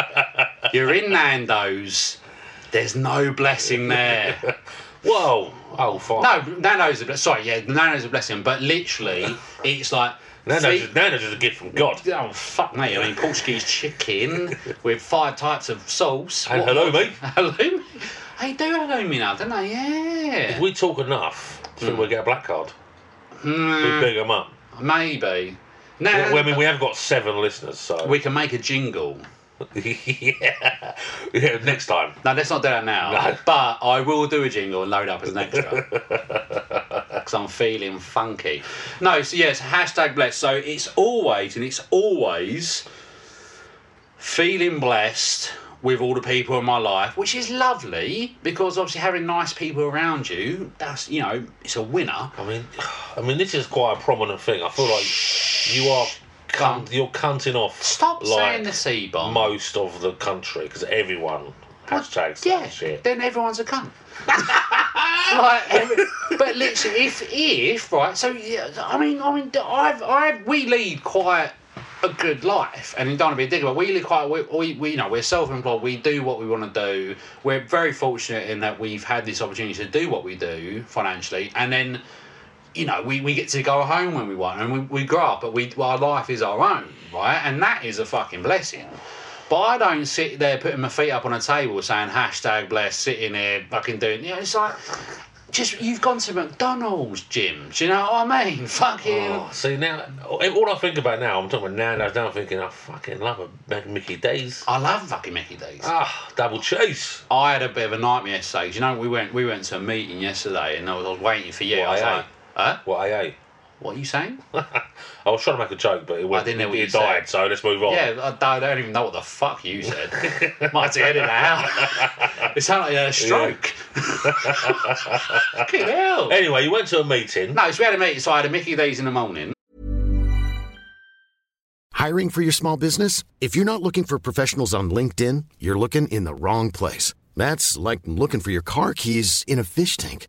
Speaker 3: You're in Nando's. There's no blessing there.
Speaker 2: Whoa! Oh, fine.
Speaker 3: No, Nando's a blessing. Sorry, yeah, Nando's a blessing. But literally, it's like.
Speaker 2: Nando's,
Speaker 3: fe-
Speaker 2: is, Nando's is a gift from God.
Speaker 3: Oh fuck me! I mean Portuguese chicken with five types of sauce.
Speaker 2: And
Speaker 3: What-
Speaker 2: hello, mate.
Speaker 3: halloumi. They do halloumi now, don't they? Yeah,
Speaker 2: If we talk enough, should we get a black card?
Speaker 3: Hmm.
Speaker 2: We big them up.
Speaker 3: maybe.
Speaker 2: Well,
Speaker 3: Now
Speaker 2: I mean, we have got seven listeners, so
Speaker 3: we can make a jingle.
Speaker 2: yeah. yeah. Next time,
Speaker 3: No, let's not do that now.
Speaker 2: No.
Speaker 3: But I will do a jingle and load up as an extra. Because I'm feeling funky. No, so yes, hashtag blessed. So it's always, and it's always feeling blessed with all the people in my life, which is lovely because obviously having nice people around you, that's, you know, it's a winner.
Speaker 2: I mean, I mean, this is quite a prominent thing. I feel like you are cunt, you're cunting off.
Speaker 3: Stop
Speaker 2: like
Speaker 3: saying the C bomb.
Speaker 2: most of the country because everyone hashtags
Speaker 3: yeah,
Speaker 2: that shit.
Speaker 3: then everyone's a cunt. like, every- but literally, if if right, so yeah, I mean, I mean, I've I we lead quite a good life, and you don't want to be a dick, but we lead quite we, we, we you know we're self-employed, we do what we want to do. We're very fortunate in that we've had this opportunity to do what we do financially, and then you know, we, we get to go home when we want and we, we grow up, but we our life is our own, right? And that is a fucking blessing. But I don't sit there putting my feet up on a table saying hashtag blessed, sitting here fucking doing, you know, it's like, just, you've gone to McDonald's, Jim. Do you know what I mean? Fucking.
Speaker 2: Oh, see now, all I think about now, I'm talking about Nando's. Now I'm thinking, I fucking love a Mad Mickey D's.
Speaker 3: I love fucking Mickey D's.
Speaker 2: Ah, double cheese.
Speaker 3: I had a bit of a nightmare yesterday. 'cause You know, we went we went to a meeting yesterday and I was, I was waiting for you. I was
Speaker 2: Why, eh?
Speaker 3: like, huh?
Speaker 2: What AA?
Speaker 3: What are you saying?
Speaker 2: I was trying to make a joke, but it, went,
Speaker 3: didn't know
Speaker 2: it,
Speaker 3: what you
Speaker 2: it
Speaker 3: said.
Speaker 2: died. So let's move on.
Speaker 3: Yeah, I, I don't even know what the fuck you said. Might have to edit that out. It sounded like you had a stroke. Fucking hell.
Speaker 2: Anyway, you went to a meeting.
Speaker 3: No, so we had a meeting, so I had a Mickey D's in the morning.
Speaker 4: Hiring for your small business? If you're not looking for professionals on LinkedIn, you're looking in the wrong place. That's like looking for your car keys in a fish tank.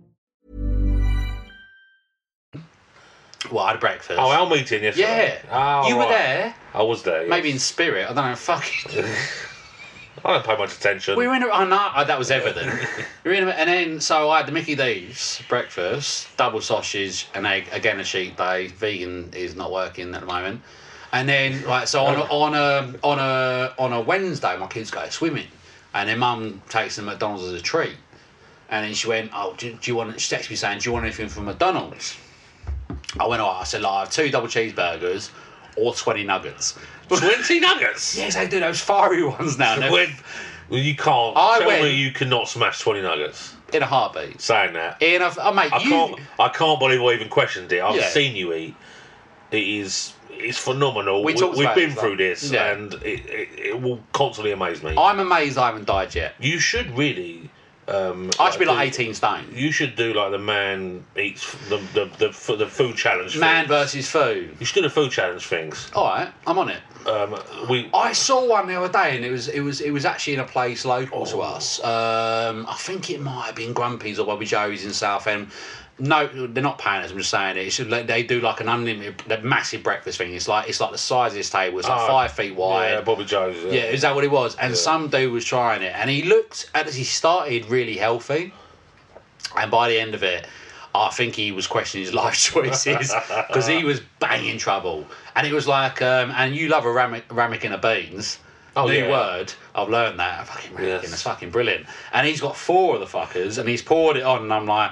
Speaker 3: Well, I had breakfast.
Speaker 2: Oh, our meeting yesterday.
Speaker 3: yeah.
Speaker 2: Oh,
Speaker 3: you were
Speaker 2: right.
Speaker 3: there,
Speaker 2: I was there. yes.
Speaker 3: maybe in spirit. I don't know. Fucking.
Speaker 2: I don't pay much attention.
Speaker 3: we were in a. Oh, no, oh, that was evident. we were in a, and then, so I had the Mickey D's breakfast, double sausage, and egg. Again, a cheat day. Vegan is not working at the moment. And then, like, so on a, on a on a on a Wednesday, my kids go swimming, and their mum takes them to McDonald's as a treat. And then she went, "Oh, do, do you want?" She texted me saying, "Do you want anything from McDonald's?" I went, "All right." I said, "Like, I have two double cheeseburgers, or twenty nuggets."
Speaker 2: Twenty nuggets.
Speaker 3: Yes, I do those fiery ones now. and they're
Speaker 2: When- well, you can't.
Speaker 3: I
Speaker 2: tell
Speaker 3: went-
Speaker 2: me you cannot smash twenty nuggets.
Speaker 3: in a heartbeat.
Speaker 2: Saying that,
Speaker 3: In a, oh, mate,
Speaker 2: I
Speaker 3: you,
Speaker 2: can't. I can't believe I even questioned it. I've
Speaker 3: Yeah.
Speaker 2: seen you eat. It is. It's phenomenal.
Speaker 3: We talked
Speaker 2: have
Speaker 3: about
Speaker 2: been
Speaker 3: it,
Speaker 2: through
Speaker 3: like-
Speaker 2: this,
Speaker 3: Yeah.
Speaker 2: and it, it, it will constantly amaze me.
Speaker 3: I'm amazed I haven't died yet.
Speaker 2: you should really. Um,
Speaker 3: I should be like
Speaker 2: do-
Speaker 3: 18 stone.
Speaker 2: You should do like the man eats f- the the the, f- the food challenge.
Speaker 3: Man
Speaker 2: thing.
Speaker 3: versus food.
Speaker 2: You should do the food challenge things.
Speaker 3: All right, I'm on it.
Speaker 2: Um, we.
Speaker 3: I saw one the other day, and it was it was it was actually in a place local
Speaker 2: Oh.
Speaker 3: to us. Um, I think it might have been Grumpy's or Bobby Joe's in Southend. No, they're not paying us. I'm just saying it. It's just like they do like an unlimited, the massive breakfast thing. It's like it's like the size of this table. It's like
Speaker 2: Oh,
Speaker 3: five feet wide.
Speaker 2: Yeah, Bobby Joe's.
Speaker 3: Yeah, is that what it was? And some dude was trying it, and he looked as he started really healthy, and by the end of it, I think he was questioning his life choices because he was banging trouble. And it was like, um, and you love a ramekin, ramekin of beans.
Speaker 2: Oh,
Speaker 3: New
Speaker 2: yeah.
Speaker 3: word. I've learned that. A fucking ramekin.
Speaker 2: Yes.
Speaker 3: It's fucking brilliant. And he's got four of the fuckers, and he's poured it on, and I'm like,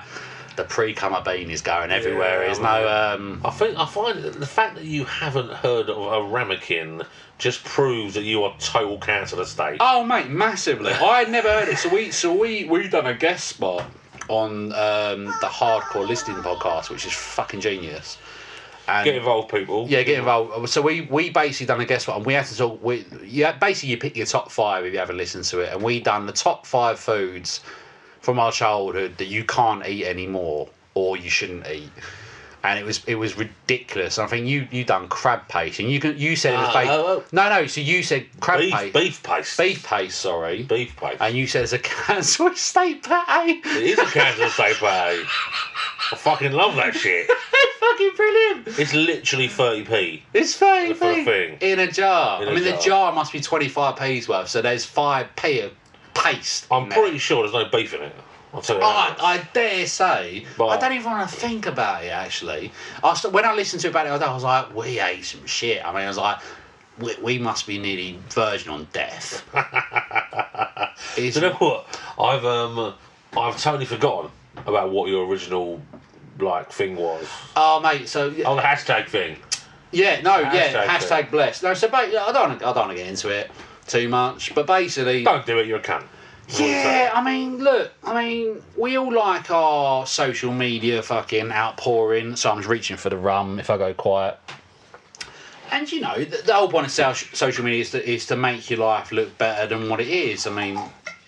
Speaker 3: the pre-cummer bean is going everywhere.
Speaker 2: Yeah,
Speaker 3: There's
Speaker 2: I
Speaker 3: no.
Speaker 2: know.
Speaker 3: Um,
Speaker 2: I think I find that the fact that you haven't heard of a ramekin just proves that you are total cancer state.
Speaker 3: Oh mate, massively. I had never heard it. So we so we we done a guest spot on um, the hardcore listing podcast, which is fucking genius. And
Speaker 2: Get involved, people.
Speaker 3: yeah, get involved. Uh, So we we basically done a guest spot, and we had to talk. We yeah, basically you pick your top five if you haven't listened to it, and we done the top five foods from our childhood that you can't eat anymore or you shouldn't eat. And it was it was ridiculous. And I think you you done crab paste, and you can you said it was
Speaker 2: Ah,
Speaker 3: based.
Speaker 2: oh, oh.
Speaker 3: No, no. So you said crab
Speaker 2: beef,
Speaker 3: paste
Speaker 2: beef paste.
Speaker 3: beef paste, sorry.
Speaker 2: beef paste.
Speaker 3: And you said it's a cancer state patty.
Speaker 2: it is a cancer state patty. I fucking love that shit.
Speaker 3: fucking brilliant.
Speaker 2: It's literally thirty p.
Speaker 3: It's funny,
Speaker 2: For a
Speaker 3: funny.
Speaker 2: thing.
Speaker 3: In a jar.
Speaker 2: In
Speaker 3: I
Speaker 2: a
Speaker 3: mean, the
Speaker 2: jar.
Speaker 3: jar must be 25 p's worth, so there's 5p of paste. in
Speaker 2: I'm
Speaker 3: there.
Speaker 2: pretty sure there's no beef in it. I'll tell you.
Speaker 3: Oh, I,
Speaker 2: that.
Speaker 3: I dare say,
Speaker 2: But-
Speaker 3: I don't even want to think about it. Actually, I st- when I listened to it about it, I was like, "We ate some shit." I mean, I was like, "We, we must be nearly verging on death." It's-
Speaker 2: Do you know what? I've um, I've totally forgotten about what your original like thing was.
Speaker 3: oh, mate. So
Speaker 2: Oh, the hashtag thing.
Speaker 3: Yeah, no, yeah,
Speaker 2: Hashtag
Speaker 3: hashtag
Speaker 2: it.
Speaker 3: blessed. No, so ba- I don't, wanna- I don't want to get into it too much, but basically,
Speaker 2: Don't do it. You're a cunt. That's what I'm
Speaker 3: yeah,
Speaker 2: saying.
Speaker 3: I mean, look, I mean, we all like our social media fucking outpouring. So I'm just reaching for the rum if I go quiet. And you know, the, the whole point of so- social media is to, is to make your life look better than what it is. I mean,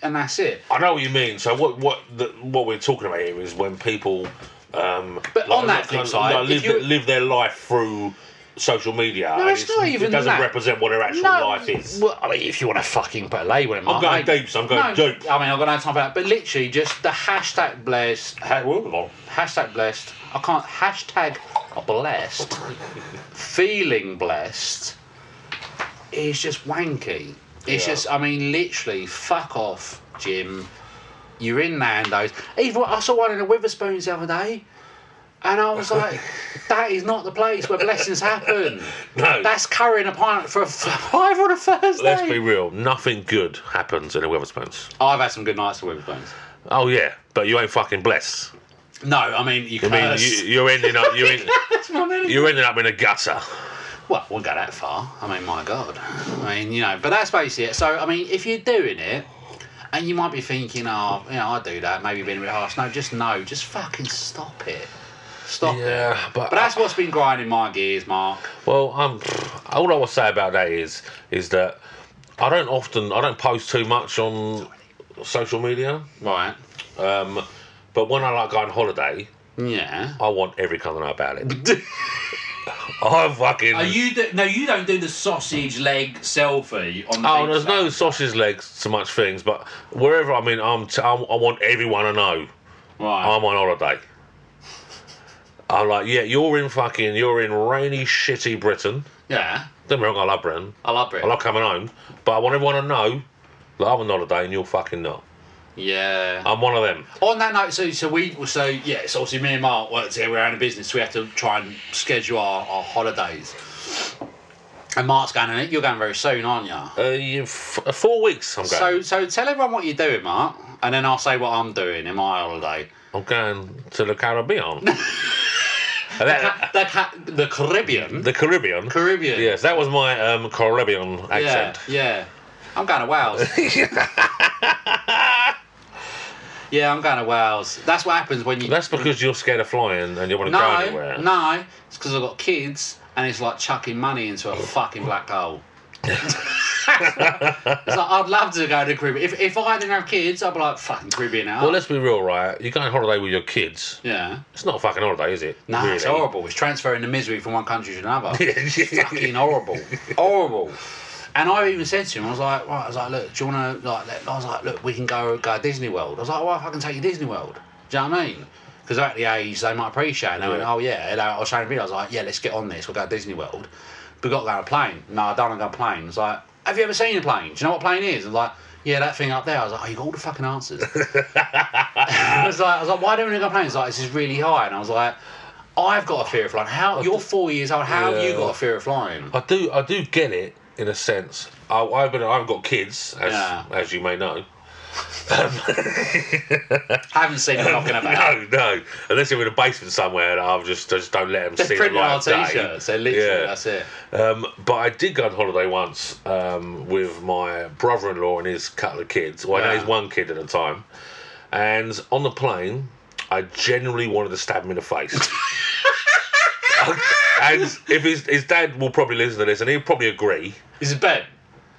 Speaker 3: and that's it.
Speaker 2: I know what you mean. So what what the, what we're talking about here is when people, um,
Speaker 3: But on that flip side, if
Speaker 2: live,
Speaker 3: you-
Speaker 2: live their life through social media.
Speaker 3: No,
Speaker 2: and
Speaker 3: it's not even
Speaker 2: It doesn't
Speaker 3: that.
Speaker 2: represent what their actual life is.
Speaker 3: Well, I mean, if you want to fucking put a label in,
Speaker 2: I'm
Speaker 3: mate.
Speaker 2: going deep, so I'm
Speaker 3: no,
Speaker 2: going deep.
Speaker 3: I mean, I've got no time for that. But literally, just the hashtag blessed. Ha- whoa, hashtag blessed. I can't. Hashtag blessed. feeling blessed is just wanky. It's
Speaker 2: Yeah.
Speaker 3: just, I mean, literally, fuck off, Jim. You're in Nando's. Even I saw one in a Witherspoons the other day. And I was like, that is not the place where blessings happen.
Speaker 2: No.
Speaker 3: That's currying a pint for a five on a Thursday.
Speaker 2: Let's be real. Nothing good happens in a Weatherspoons.
Speaker 3: I've had some good nights at Witherspoons.
Speaker 2: Oh yeah, but you ain't fucking blessed.
Speaker 3: No, I mean, you
Speaker 2: I mean,
Speaker 3: curse.
Speaker 2: you, you're ending up you're, in,
Speaker 3: That's my minute.
Speaker 2: you're ending up in a gutter.
Speaker 3: Well, we'll go that far. I mean, my God. I mean, you know, but that's basically it. So, I mean, if you're doing it, and you might be thinking, oh, you know, I do that, maybe being a bit harsh. No, just no, just fucking stop it. Stop it.
Speaker 2: Yeah, but
Speaker 3: But that's what's been grinding my gears, Mark.
Speaker 2: Well, um, all I will say about that is is that I don't often I don't post too much on social media,
Speaker 3: Right.
Speaker 2: um, but when I like go on holiday,
Speaker 3: Yeah.
Speaker 2: I want everyone to know about it. I fucking.
Speaker 5: Are you do- no, you don't do the sausage leg selfie on the
Speaker 2: Oh,
Speaker 5: beach,
Speaker 2: there's
Speaker 5: though.
Speaker 2: no sausage legs so much things, but wherever I'm in, I'm t- I'm- I want everyone to know
Speaker 3: Right.
Speaker 2: I'm on holiday. I'm like, yeah, you're in fucking, you're in rainy, shitty Britain.
Speaker 3: yeah.
Speaker 2: Don't get me wrong, I love Britain.
Speaker 3: I love it.
Speaker 2: I love coming home, but I want everyone to know that I'm on holiday and you're fucking not.
Speaker 3: yeah.
Speaker 2: I'm one of them.
Speaker 3: On that note, so so we so yeah, so obviously me and Mark worked here. We're out of business. So we have to try and schedule our, our holidays. And Mark's going on it. You're going very soon, aren't you?
Speaker 2: Uh, you f- uh, four weeks. I'm
Speaker 3: So
Speaker 2: going.
Speaker 3: so tell everyone what you're doing, Mark, and then I'll say what I'm doing in my holiday.
Speaker 2: I'm going to the Caribbean. And
Speaker 3: Ca-
Speaker 2: that-
Speaker 3: The, ca- the Caribbean.
Speaker 2: the Caribbean.
Speaker 3: Caribbean.
Speaker 2: Yes, that was my um, Caribbean
Speaker 3: Yeah.
Speaker 2: accent.
Speaker 3: Yeah. I'm going to Wales. yeah, I'm going to Wales. That's what happens when you.
Speaker 2: That's because you're scared of flying and you want to go
Speaker 3: no,
Speaker 2: anywhere.
Speaker 3: no. It's because I've got kids, and it's like chucking money into
Speaker 2: Oh.
Speaker 3: a fucking black hole. it's like I'd love to go to the Caribbean. If, if I didn't have kids, I'd be like fucking Caribbean out.
Speaker 2: Well, let's be real, right? You go on holiday with your kids.
Speaker 3: yeah.
Speaker 2: It's not a fucking holiday, is it?
Speaker 3: No, it's
Speaker 2: Really?
Speaker 3: horrible. It's transferring the misery from one country to another. It's fucking horrible. Horrible. And I even said to him, I was like, right, I was like, look, do you want to, like, let- I was like, look, we can go go to Disney World. I was like, well, if I can take you to Disney World. Do you know what I mean? Because at the age, they might appreciate it. And I went, oh, yeah. And I I was showing him, I was like, yeah, let's get on this. We'll go to Disney World. But we've got to go on a plane. No, I don't want to go on a plane. It's like, have you ever seen a plane? Do you know what a plane is? And like, yeah, that thing up there. I was like, oh, you got all the fucking answers. I was like, I was like, why don't we go plane? He's like, this is really high, and I was like, I've got a fear of flying. How you're four years old? How have you got a fear of flying?
Speaker 2: I do, I do get it in a sense. I, I've been, I've got kids, as
Speaker 3: Yeah.
Speaker 2: as you may know.
Speaker 3: I haven't seen you knocking about.
Speaker 2: No, no. Unless you're in a basement somewhere, and I've just, I just don't let them
Speaker 3: Just
Speaker 2: see the
Speaker 3: printing
Speaker 2: light
Speaker 3: our
Speaker 2: of day.
Speaker 3: t-shirts. So literally,
Speaker 2: Yeah.
Speaker 3: that's it.
Speaker 2: Um, but I did go on holiday once um, with my brother-in-law and his couple of kids. Well, I know
Speaker 3: Yeah.
Speaker 2: he's one kid at a time. And on the plane, I generally wanted to stab him in the face. and if his, his dad will probably listen to this, and he'll probably agree,
Speaker 3: This is Ben.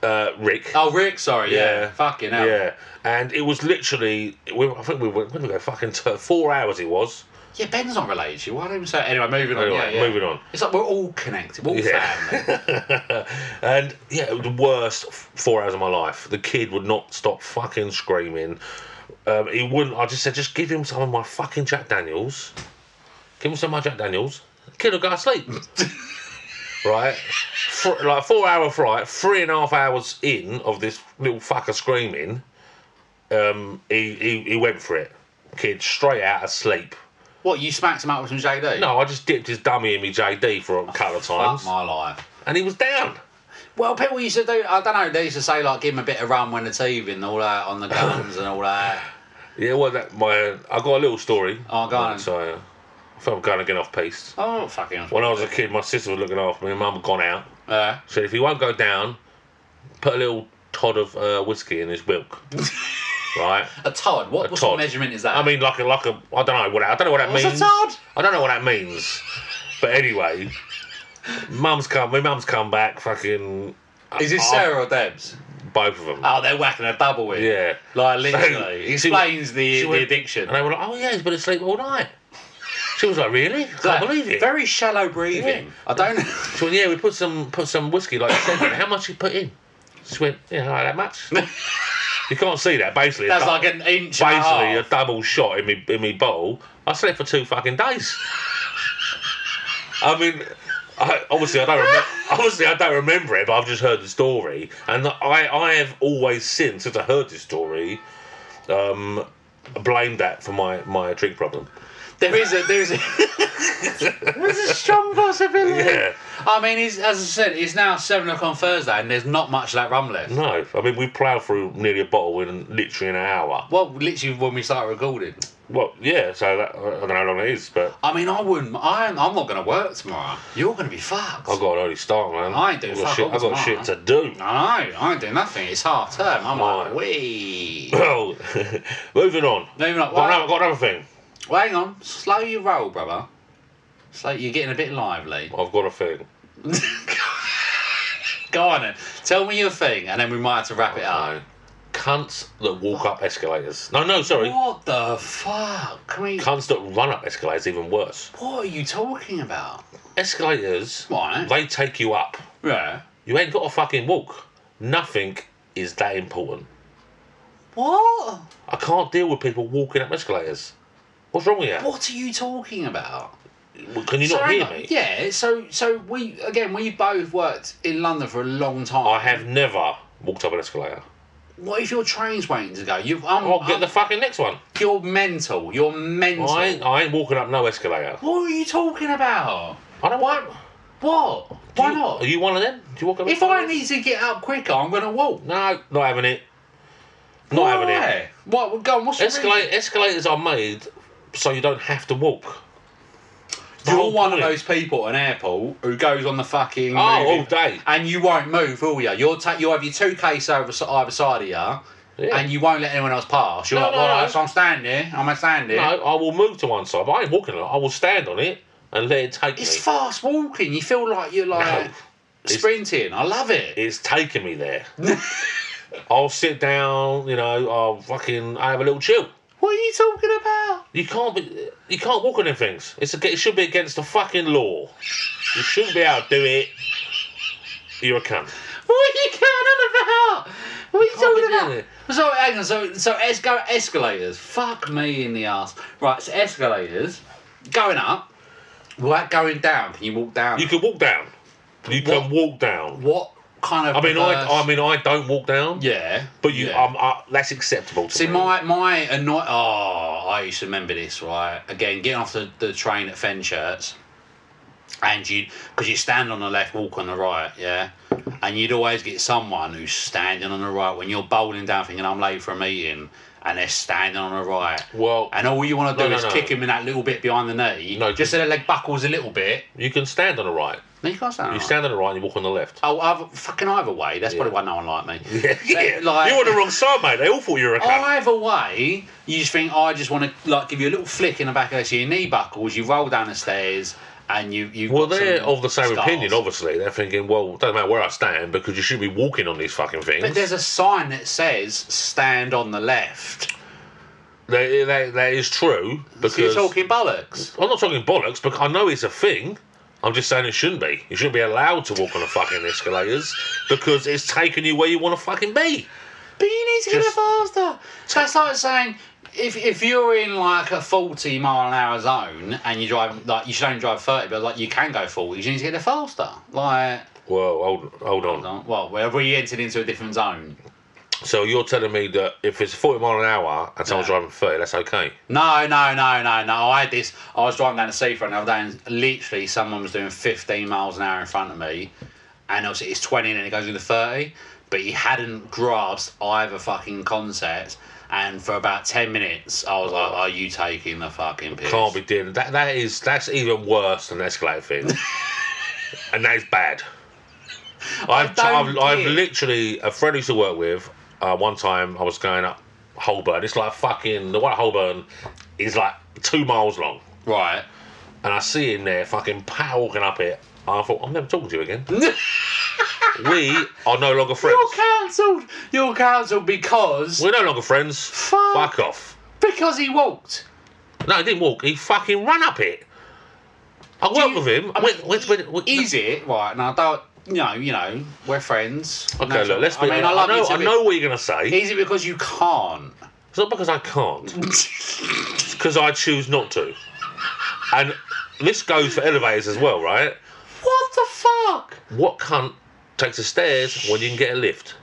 Speaker 2: uh, Rick.
Speaker 3: Oh, Rick. Sorry. Yeah. Fucking hell. Yeah.
Speaker 2: Yeah, and it was literally. We, I think we were. When did we go? Fucking t- four hours. It was.
Speaker 3: Ben's not related to you. Why don't we say? Anyway, moving on.
Speaker 2: Anyway,
Speaker 3: yeah, yeah.
Speaker 2: moving on.
Speaker 3: It's like we're all connected. We're all
Speaker 2: Yeah.
Speaker 3: family.
Speaker 2: and yeah, it was the worst f- four hours of my life. The kid would not stop fucking screaming. Um, he wouldn't. I just said, just give him some of my fucking Jack Daniels. Give him some of my Jack Daniels. Kid will go to sleep. right? Four, like four hour flight, three and a half hours in of this little fucker screaming. Um, he, he he went for it. Kid straight out of sleep.
Speaker 3: what you smacked him up with some JD?
Speaker 2: No, I just dipped his dummy in me JD for a couple of
Speaker 3: Fuck
Speaker 2: times,
Speaker 3: my life.
Speaker 2: and he was down.
Speaker 3: Well, people used to do. I don't know. They used to say like, give him a bit of rum when the TV and all that on the guns and all that.
Speaker 2: Yeah, well, that my I got a little story.
Speaker 3: Oh, go on.
Speaker 2: So uh, I felt I'm kind of getting off piece.
Speaker 3: Oh, fucking.
Speaker 2: When I was a kid, my sister was looking after me. and Mum had gone out.
Speaker 3: Yeah.
Speaker 2: Said if he won't go down, put a little tod of uh, whiskey in his milk. right.
Speaker 3: A Todd. What, what sort
Speaker 2: Tod.
Speaker 3: of measurement is that?
Speaker 2: I mean, like a like a I don't know what I don't know what that
Speaker 3: What's a
Speaker 2: means.
Speaker 3: Tod?
Speaker 2: I don't know what that means. But anyway, mum's come. My mum's come back. Fucking
Speaker 3: is this
Speaker 2: I-
Speaker 3: Sarah or Debs?
Speaker 2: both of them.
Speaker 3: Oh, they're whacking a double with.
Speaker 2: Yeah.
Speaker 3: Like literally,
Speaker 2: So,
Speaker 3: It
Speaker 2: she
Speaker 3: explains the,
Speaker 2: she
Speaker 3: the
Speaker 2: went-
Speaker 3: addiction.
Speaker 2: And they were like, "Oh yeah, he's been asleep all night." She was like, "Really? I can't
Speaker 3: Like,
Speaker 2: believe it."
Speaker 3: Very shallow breathing.
Speaker 2: Yeah.
Speaker 3: I don't.
Speaker 2: She went, yeah, we put some put some whiskey, like you said. mate. How much you put in? She went, yeah, like that much. you can't see that. Basically,
Speaker 3: That's
Speaker 2: it's
Speaker 3: like an inch. and a
Speaker 2: basically a
Speaker 3: half.
Speaker 2: double shot in me in me bowl. I slept for two fucking days. I mean, I, obviously I don't remember. Obviously I don't remember it, but I've just heard the story, and I I have always since since I heard this story, um, blamed that for my my drink problem.
Speaker 3: There is a there is a. There's a strong possibility.
Speaker 2: Yeah,
Speaker 3: I mean, it's, as I said, it's now seven o'clock on Thursday, and there's not much of that rum left.
Speaker 2: No, I mean we ploughed through nearly a bottle in literally an hour.
Speaker 3: Well, literally when we started recording.
Speaker 2: Well, yeah. So that, I don't know how long it is, but
Speaker 3: I mean, I wouldn't. I'm, I'm not going to work tomorrow. You're going to be fucked.
Speaker 2: I got an early start, man.
Speaker 3: I ain't doing
Speaker 2: I've got
Speaker 3: fuck
Speaker 2: shit.
Speaker 3: all
Speaker 2: I've got shit
Speaker 3: tomorrow.
Speaker 2: to do.
Speaker 3: No, I ain't doing nothing. It's half term. I'm
Speaker 2: Right.
Speaker 3: like, wee.
Speaker 2: Well, moving on.
Speaker 3: Moving on.
Speaker 2: Got
Speaker 3: Why-
Speaker 2: another, got another thing.
Speaker 3: Well, hang on. Slow your roll, brother. Slow. You're getting a bit lively.
Speaker 2: I've got a thing.
Speaker 3: Go on then. Tell me your thing, and then we might have to wrap it up.
Speaker 2: Cunts that walk up escalators. No, no, sorry.
Speaker 3: What the fuck? I mean,
Speaker 2: Cunts that run up escalators even worse.
Speaker 3: what are you talking about?
Speaker 2: Escalators.
Speaker 3: Right.
Speaker 2: They take you up.
Speaker 3: Yeah.
Speaker 2: You ain't got to fucking walk. Nothing is that important.
Speaker 3: What?
Speaker 2: I can't deal with people walking up escalators. What's wrong with you?
Speaker 3: What are you talking about?
Speaker 2: Can you
Speaker 3: So
Speaker 2: not
Speaker 3: hang
Speaker 2: hear
Speaker 3: on.
Speaker 2: me?
Speaker 3: Yeah. So, so we again, we both worked in London for a long time.
Speaker 2: I have never walked up an escalator.
Speaker 3: What if your train's waiting to go? You, I'm,
Speaker 2: I'll Oh, get
Speaker 3: Oh, I'm-
Speaker 2: the fucking next one.
Speaker 3: You're mental. You're mental.
Speaker 2: I ain't, I ain't walking up no escalator.
Speaker 3: What are you talking about?
Speaker 2: I don't want.
Speaker 3: What? Why
Speaker 2: you,
Speaker 3: not?
Speaker 2: Are you one of them? Do you walk up?
Speaker 3: if I
Speaker 2: escalators?
Speaker 3: need to get up quicker, I'm going to walk.
Speaker 2: No, not having it. Not having it.
Speaker 3: Why? What? Well, go on. What's the
Speaker 2: Escalate,
Speaker 3: reason?
Speaker 2: escalators are made so you don't have to walk. The
Speaker 3: You're
Speaker 2: whole
Speaker 3: one
Speaker 2: point.
Speaker 3: of those people at an airport who goes on the fucking.
Speaker 2: Oh,
Speaker 3: moving-
Speaker 2: all day.
Speaker 3: And you won't move, will you? You'll take. You'll have your two case over s- either side of you, and you won't let anyone else pass. You're
Speaker 2: No,
Speaker 3: like,
Speaker 2: no,
Speaker 3: well,
Speaker 2: no.
Speaker 3: so I'm standing here. I'm gonna stand here.
Speaker 2: No, I will move to one side, but I ain't walking on it. I will stand on it and let it take
Speaker 3: It's
Speaker 2: me.
Speaker 3: fast walking. You feel like you're like sprinting. I love it.
Speaker 2: It's taking me there. I'll sit down, you know, I'll fucking I have a little chill.
Speaker 3: What are you talking about?
Speaker 2: You can't be, you can't walk on them things. It's a, it should be against the fucking law. You shouldn't be able to do it. You're a cunt.
Speaker 3: What are you going on about? What are you
Speaker 2: Can't be
Speaker 3: talking about?
Speaker 2: doing
Speaker 3: So hang on. So so esca- escalators. Fuck me in the ass. Right. So escalators going up. Without going down, can you walk down?
Speaker 2: You can walk down. You
Speaker 3: What?
Speaker 2: can walk down.
Speaker 3: what kind of?
Speaker 2: I mean, I,
Speaker 3: reverse-
Speaker 2: I mean, I don't walk down.
Speaker 3: Yeah.
Speaker 2: But you,
Speaker 3: yeah.
Speaker 2: um, uh, that's acceptable to
Speaker 3: See,
Speaker 2: me.
Speaker 3: my my annoy. Oh, I used to remember this. Right, again, getting off the, the train at Fenchurch, and you because you stand on the left, walk on the right, yeah, and you'd always get someone who's standing on the right when you're bowling down, thinking I'm late for a meeting, and they're standing on the right.
Speaker 2: Well-
Speaker 3: and all you want to
Speaker 2: No,
Speaker 3: do
Speaker 2: no,
Speaker 3: is
Speaker 2: no.
Speaker 3: kick him in that little bit behind the knee,
Speaker 2: No,
Speaker 3: just so their leg buckles a little bit.
Speaker 2: you can stand on the right.
Speaker 3: No, you can't stand. on
Speaker 2: You
Speaker 3: the right.
Speaker 2: stand on the right and you walk on the left.
Speaker 3: Oh, either, fucking either way. That's probably why no one liked me.
Speaker 2: yeah.
Speaker 3: like-
Speaker 2: You're on the wrong side, mate. They all thought you were a cunt.
Speaker 3: Either way, you just think, I just want to like give you a little flick in the back of so your knee buckles, you roll down the stairs, and you you.
Speaker 2: Well, they're of the same opinion, obviously. They're thinking, well, it doesn't matter where I stand because you should be walking on these fucking things.
Speaker 3: But there's a sign that says "Stand on the left."
Speaker 2: That- that- that is true because
Speaker 3: So you're talking bollocks.
Speaker 2: I'm not talking bollocks, but I know it's a thing. I'm just saying it shouldn't be. You shouldn't be allowed to walk on the fucking escalators because it's taking you where you want to fucking be.
Speaker 3: But you need to get
Speaker 2: Just-
Speaker 3: it faster. So it's like saying. If, if you're in like a 40 mile an hour zone and you drive like you should only drive 30 but like you can go 40 you need to get there faster like
Speaker 2: Well, hold, hold on.
Speaker 3: well wherever you entered into a different zone
Speaker 2: So you're telling me that if it's 40 mile an hour and someone's
Speaker 3: Yeah.
Speaker 2: driving 30, that's okay?
Speaker 3: No, no, no, no, no. I had this. I was driving down the seafront the other day, and literally someone was doing 15 miles an hour in front of me, and obviously it's 20 and then it goes into 30. But he hadn't grasped either fucking concept, and for about 10 minutes, I was like, "Are you taking the fucking piss?"
Speaker 2: Can't be doing that. That is that's even worse than the escalator thing, and that is bad. I've
Speaker 3: don't
Speaker 2: I've, I've
Speaker 3: get it.
Speaker 2: literally a friend I used to work with. Uh, one time I was going up Holborn. It's like fucking the one at Holborn is like two miles long,
Speaker 3: right.
Speaker 2: and I see him there fucking walking up it. And I thought I'm never talking to you again. we are no longer friends.
Speaker 3: You're cancelled. You're cancelled because
Speaker 2: We're no longer friends.
Speaker 3: Fuck.
Speaker 2: Fuck off.
Speaker 3: because he walked.
Speaker 2: No, he didn't walk. He fucking ran up it. I worked
Speaker 3: you-
Speaker 2: with him.
Speaker 3: I
Speaker 2: I
Speaker 3: mean,
Speaker 2: went, went, went, went,
Speaker 3: Is it right? Now, don't. You know, you know, we're friends.
Speaker 2: Okay,
Speaker 3: No,
Speaker 2: look, let's
Speaker 3: I
Speaker 2: be. I,
Speaker 3: mean, I love
Speaker 2: know,
Speaker 3: you. to
Speaker 2: I
Speaker 3: bits.
Speaker 2: know what you're going to say.
Speaker 3: Is it because you can't?
Speaker 2: It's not because I can't. It's because I choose not to. And this goes for elevators as well, right?
Speaker 3: What the fuck?
Speaker 2: What cunt takes the stairs when you can get a lift?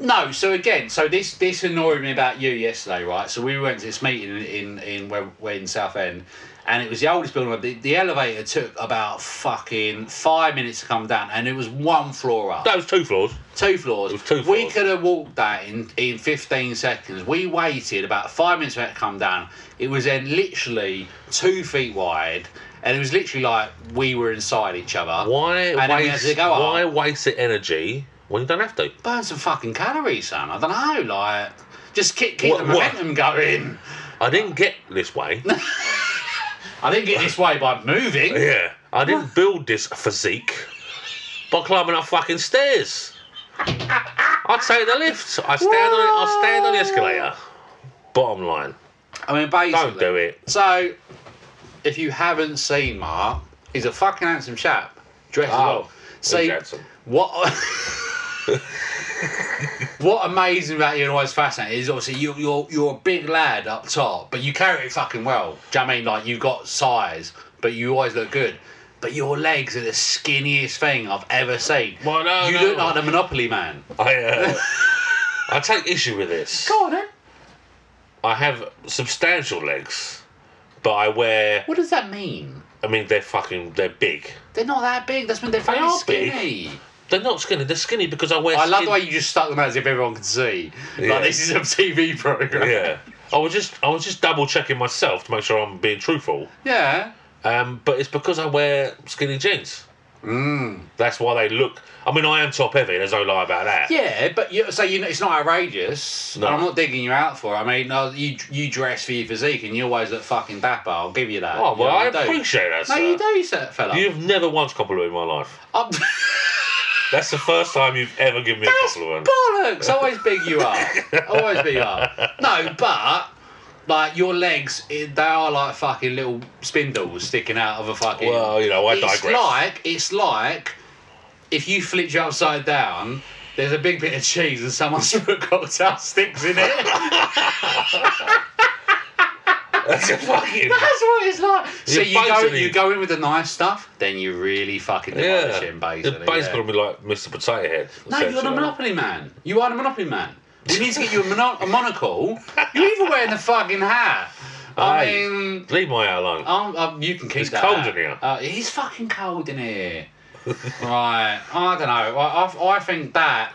Speaker 3: No, so again, so this this annoyed me about you yesterday, right? So we went to this meeting in in, in where where in Southend, and it was the oldest building. The, the elevator took about fucking five minutes to come down, and it was one floor up.
Speaker 2: That was two floors.
Speaker 3: Two floors.
Speaker 2: It was two
Speaker 3: We
Speaker 2: floors.
Speaker 3: could have walked that in, in 15 seconds. We waited about five minutes for it to come down. It was then literally two feet wide, and it was literally like we were inside each other.
Speaker 2: Why
Speaker 3: And then we had
Speaker 2: waste?
Speaker 3: to go up.
Speaker 2: Why waste the energy when you don't have to?
Speaker 3: Burn some fucking calories, son. I don't know, like. Just keep, keep
Speaker 2: What-
Speaker 3: the
Speaker 2: what?
Speaker 3: momentum going.
Speaker 2: I didn't get this way.
Speaker 3: I didn't get this way by moving.
Speaker 2: yeah, I didn't build this physique by climbing up fucking stairs. I take the lift. I stand on it. I stand on the escalator. Bottom line,
Speaker 3: I mean, basically.
Speaker 2: don't do it.
Speaker 3: So, if you haven't seen Mark, he's a fucking handsome chap. Dressed
Speaker 2: Oh,
Speaker 3: well.
Speaker 2: he's
Speaker 3: See,
Speaker 2: handsome.
Speaker 3: what. what amazing about you and always fascinating is obviously you, you're you're a big lad up top, but you carry it fucking well. Do you know what I mean like you've got size, but you always look good. But your legs are the skinniest thing I've ever seen.
Speaker 2: Well, Oh, no,
Speaker 3: you
Speaker 2: no.
Speaker 3: look like the Monopoly man.
Speaker 2: I uh, I take issue with this.
Speaker 3: Go on, then.
Speaker 2: I have substantial legs, but I wear.
Speaker 3: What does that mean?
Speaker 2: I mean, they're fucking. They're big.
Speaker 3: They're not that big. That's when they're
Speaker 2: They
Speaker 3: fucking
Speaker 2: are big.
Speaker 3: skinny.
Speaker 2: They're not skinny. They're skinny because I wear.
Speaker 3: I love
Speaker 2: skin-
Speaker 3: the way you just stuck them out as if everyone could see.
Speaker 2: Yeah.
Speaker 3: Like this is a TV program.
Speaker 2: Yeah. I was just I was just double checking myself to make sure I'm being truthful.
Speaker 3: Yeah.
Speaker 2: Um, but it's because I wear skinny jeans. Mm. That's why they look. I mean, I am top heavy. There's no lie about that.
Speaker 3: Yeah, but you, so you know, it's not outrageous.
Speaker 2: No.
Speaker 3: And I'm not digging you out for it. I mean, uh, you you dress for your physique and you always look fucking dapper. I'll give you that.
Speaker 2: Oh well,
Speaker 3: You know,
Speaker 2: I
Speaker 3: you do.
Speaker 2: appreciate that.
Speaker 3: No,
Speaker 2: sir.
Speaker 3: you do, sir, fella.
Speaker 2: You've never once complimented my life.
Speaker 3: I'm-
Speaker 2: That's the first time you've ever given me a compliment.
Speaker 3: bollocks. Always big you up. Always big you up. No, but like your legs, eh, they are like fucking little spindles sticking out of a fucking.
Speaker 2: Well, you know, I
Speaker 3: it's
Speaker 2: digress.
Speaker 3: like it's like if you flipped you upside down. There's a big bit of cheese and someone's put cocktail sticks in it.
Speaker 2: That's a fucking.
Speaker 3: That's what it's like. So
Speaker 2: You're
Speaker 3: you go,
Speaker 2: basically-
Speaker 3: you go in with the nice stuff, then you really fucking demolish
Speaker 2: yeah.
Speaker 3: him, basically.
Speaker 2: You're basically
Speaker 3: yeah.
Speaker 2: be like Mr. Potato Head.
Speaker 3: No, you're the
Speaker 2: essentially.
Speaker 3: Monopoly man. You are the Monopoly man. We need to get you a, mono- a monocle. You're even wearing the fucking hat. I
Speaker 2: Hey,
Speaker 3: mean,
Speaker 2: leave my hair alone.
Speaker 3: I'm, I'm, you can keep
Speaker 2: It's
Speaker 3: that
Speaker 2: cold
Speaker 3: hat.
Speaker 2: in here.
Speaker 3: Uh, it is fucking cold in here. right, I don't know. I, I, I think that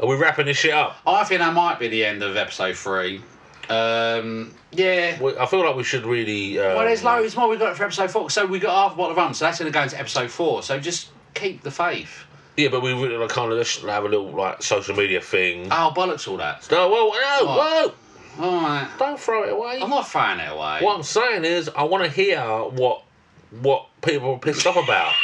Speaker 2: Are we wrapping this shit up?
Speaker 3: I think that might be the end of episode three. Um, yeah.
Speaker 2: We- I feel like we should really. Um,
Speaker 3: Well, there's loads more. We've got it for episode four. So we got half a bottle of rum. So that's going to go into episode four. So just keep the faith.
Speaker 2: Yeah, but we really like, kind of just have a little like social media thing.
Speaker 3: Oh, bollocks all that.
Speaker 2: no, whoa, whoa, whoa!
Speaker 3: What? All right.
Speaker 2: Don't throw it away.
Speaker 3: I'm not throwing it away.
Speaker 2: What I'm saying is, I want to hear what what people are pissed off about.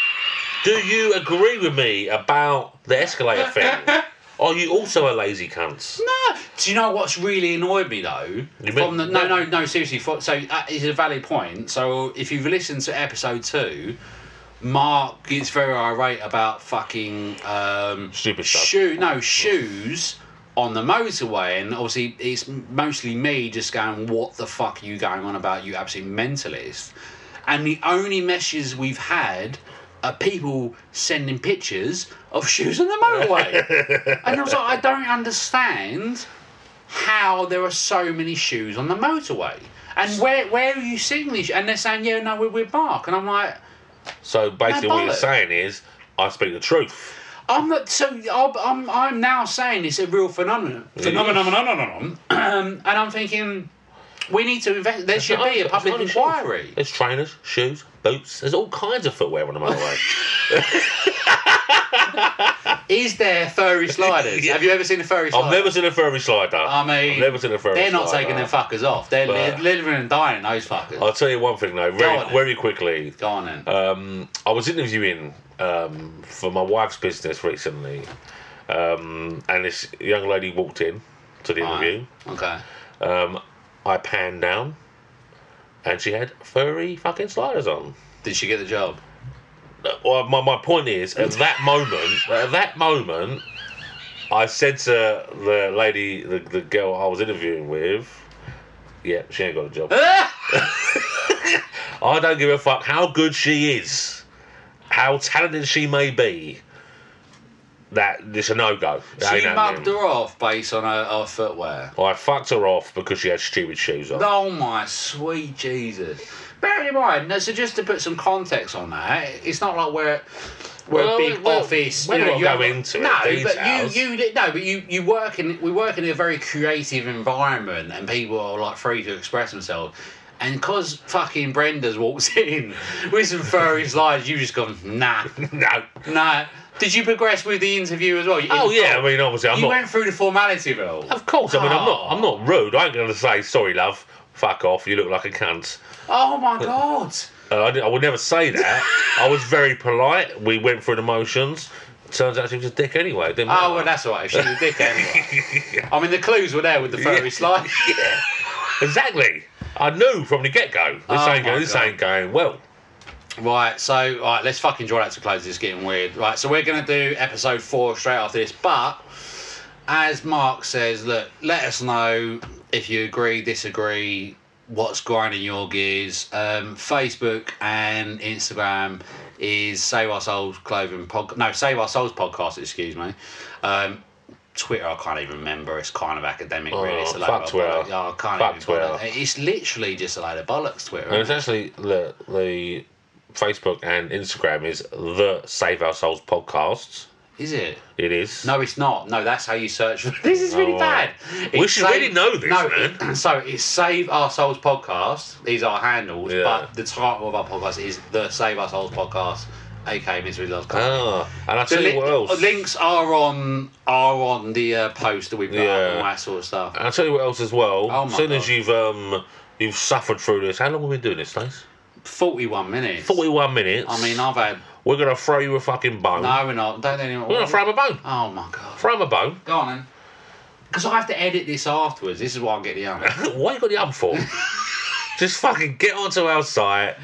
Speaker 2: Do you agree with me about the escalator thing? Are you also a lazy cunt?
Speaker 3: No. Do you know what's really annoyed me though?
Speaker 2: You
Speaker 3: From the,
Speaker 2: mean-
Speaker 3: no, no, no. Seriously. For, so that is a valid point. So if you've listened to episode two, Mark gets very irate about fucking um,
Speaker 2: Stupid stuff.
Speaker 3: shoe. No shoes on the motorway, and obviously it's mostly me just going, "What the fuck are you going on about? You absolute mentalist!" And the only messages we've had are people sending pictures of shoes on the motorway, and I was like, I don't understand how there are so many shoes on the motorway. And where where are you seeing these? And they're saying, yeah, no, we're, we're Mark. And I'm like,
Speaker 2: So basically,
Speaker 3: No,
Speaker 2: what you're
Speaker 3: bollocks.
Speaker 2: saying is, I speak the truth.
Speaker 3: I'm not. So I'm, I'm, I'm now saying it's a real phenomenon. Phenomenon. phenomenon, Um, and I'm thinking we need to invest. There should be a
Speaker 2: It's
Speaker 3: public
Speaker 2: not shoes.
Speaker 3: inquiry.
Speaker 2: There's trainers, shoes, boots. There's all kinds of footwear on the motorway.
Speaker 3: Is there furry sliders? Have you ever seen a furry slider?
Speaker 2: I've never seen a furry slider.
Speaker 3: I mean,
Speaker 2: I've never seen a furry
Speaker 3: they're not
Speaker 2: slider.
Speaker 3: taking their fuckers off. They're li-
Speaker 2: But-
Speaker 3: living and dying. Those fuckers.
Speaker 2: I'll tell you one thing though, very
Speaker 3: on then.
Speaker 2: very quickly.
Speaker 3: Go on then.
Speaker 2: Um, I was interviewing um, for my wife's business recently, um, and this young lady walked in to the interview.
Speaker 3: okay.
Speaker 2: Um, I panned down, and she had furry fucking sliders on.
Speaker 3: Did she get the job?
Speaker 2: Well, my, my point is, at that moment, at that moment, I said to the lady, the, the girl I was interviewing with, yeah, she ain't got a job. I don't give a fuck how good she is, how talented she may be. that it's a no go.
Speaker 3: She mugged her off based on her, her footwear.
Speaker 2: I fucked her off because she had stupid shoes on.
Speaker 3: Oh my sweet Jesus! Bear in mind, now, so just to put some context on that, it's not like we're we're
Speaker 2: Well,
Speaker 3: a big
Speaker 2: well,
Speaker 3: office.
Speaker 2: we
Speaker 3: you know,
Speaker 2: won't
Speaker 3: you
Speaker 2: go
Speaker 3: have-
Speaker 2: into it,
Speaker 3: no,
Speaker 2: details.
Speaker 3: but you, you li- no, but you you work in we work in a very creative environment, and people are like free to express themselves. And cause fucking Brenda's walks in with some furry slides, you just gone nah,
Speaker 2: No.
Speaker 3: nah. Did you progress with the interview as well? You-
Speaker 2: Oh yeah, I mean obviously I'm
Speaker 3: you
Speaker 2: not.
Speaker 3: went through the formality of it all.
Speaker 2: Of course, I mean I'm
Speaker 3: Oh.
Speaker 2: not. I'm not rude. I ain't going to say sorry, love. Fuck off. You look like a cunt.
Speaker 3: Oh my god!
Speaker 2: Uh, I, di- I would never say that. I was very polite. We went through the motions. Turns out she was a dick anyway. Didn't
Speaker 3: Oh well,
Speaker 2: matter.
Speaker 3: that's all right. She's a dick anyway. I mean, the clues were there with the furry slide.
Speaker 2: exactly. I knew from the get go. This
Speaker 3: Oh
Speaker 2: ain't
Speaker 3: my
Speaker 2: going. This
Speaker 3: God.
Speaker 2: ain't going well.
Speaker 3: Right, so all right, let's fucking draw that to close. It's getting weird. Right, so we're gonna do episode four straight after this. But as Mark says, look, let us know if you agree, disagree, what's grinding your gears. Um, Facebook and Instagram is Save Our Souls Clothing Pod. No, Save Our Souls Podcast. Excuse me. Um, Twitter, I can't even remember. It's kind of academic, really. It's a
Speaker 2: Oh,
Speaker 3: load
Speaker 2: fuck
Speaker 3: of
Speaker 2: Twitter.
Speaker 3: bollocks. Oh, I can't
Speaker 2: Fuck
Speaker 3: even bother.
Speaker 2: Twitter.
Speaker 3: It's literally just a load of bollocks. Twitter.
Speaker 2: And it's actually the the Facebook and Instagram is the Save Our Souls podcast.
Speaker 3: Is it?
Speaker 2: It is.
Speaker 3: No, it's not. No, that's how you search. for This is really
Speaker 2: Oh,
Speaker 3: bad.
Speaker 2: right. We should really know this, man.
Speaker 3: so it's Save Our Souls podcast. These are handles,
Speaker 2: Yeah.
Speaker 3: but the title of our podcast is the Save Our Souls podcast, aka Misery Loves Company.
Speaker 2: Ah, and I
Speaker 3: the oh,
Speaker 2: tell you
Speaker 3: li- uh,
Speaker 2: what else.
Speaker 3: links are on are on the uh, post that we put up
Speaker 2: Yeah.
Speaker 3: and all that sort of stuff.
Speaker 2: And I tell you what else as well.
Speaker 3: Oh my
Speaker 2: as soon as
Speaker 3: God.
Speaker 2: you've um you've suffered through this, how long have we been doing this, Stace?
Speaker 3: Forty one minutes.
Speaker 2: Forty one minutes.
Speaker 3: I mean, I've had
Speaker 2: we're gonna throw you a fucking bone.
Speaker 3: no, we're not. Don't anyone.
Speaker 2: We're gonna throw him a bone.
Speaker 3: Oh my god.
Speaker 2: Throw him a bone.
Speaker 3: Go on then. Because I have to edit this afterwards. This is why I get the honor.
Speaker 2: Why you got the arm for? Just fucking get onto our site.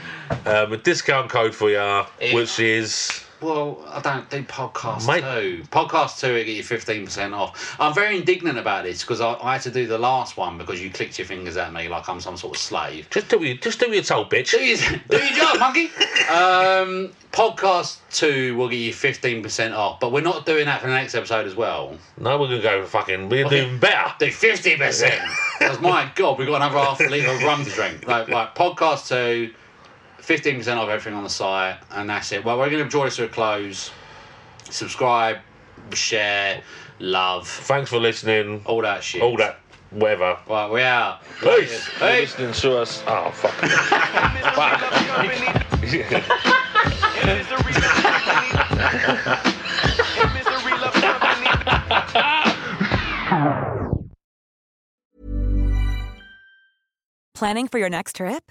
Speaker 2: Um, a discount code for you,
Speaker 3: Yeah.
Speaker 2: which is
Speaker 3: Well, I don't do podcast
Speaker 2: Mate-
Speaker 3: two. Podcast two, it get you fifteen percent off. I'm very indignant about this because I, I had to do the last one because you clicked your fingers at me like I'm some sort of slave.
Speaker 2: just do what you just do what you're told, bitch.
Speaker 3: Do your, do your job, monkey. Um, podcast two will get you fifteen percent off, but we're not doing that for the next episode as well.
Speaker 2: No, we're gonna go for fucking. We're doing better.
Speaker 3: Do fifty percent. Because my God, we have got another half a litre of rum to drink. Right, right. Podcast two, 15 percent off everything on the site, and that's it. Well, we're going to draw this to a close. Subscribe, share, love,
Speaker 2: Thanks for listening.
Speaker 3: all that shit.
Speaker 2: All that, whatever.
Speaker 3: Right, we out.
Speaker 2: Peace.
Speaker 3: Hey.
Speaker 6: Listening to us.
Speaker 2: Oh fuck.
Speaker 7: Planning for your next trip?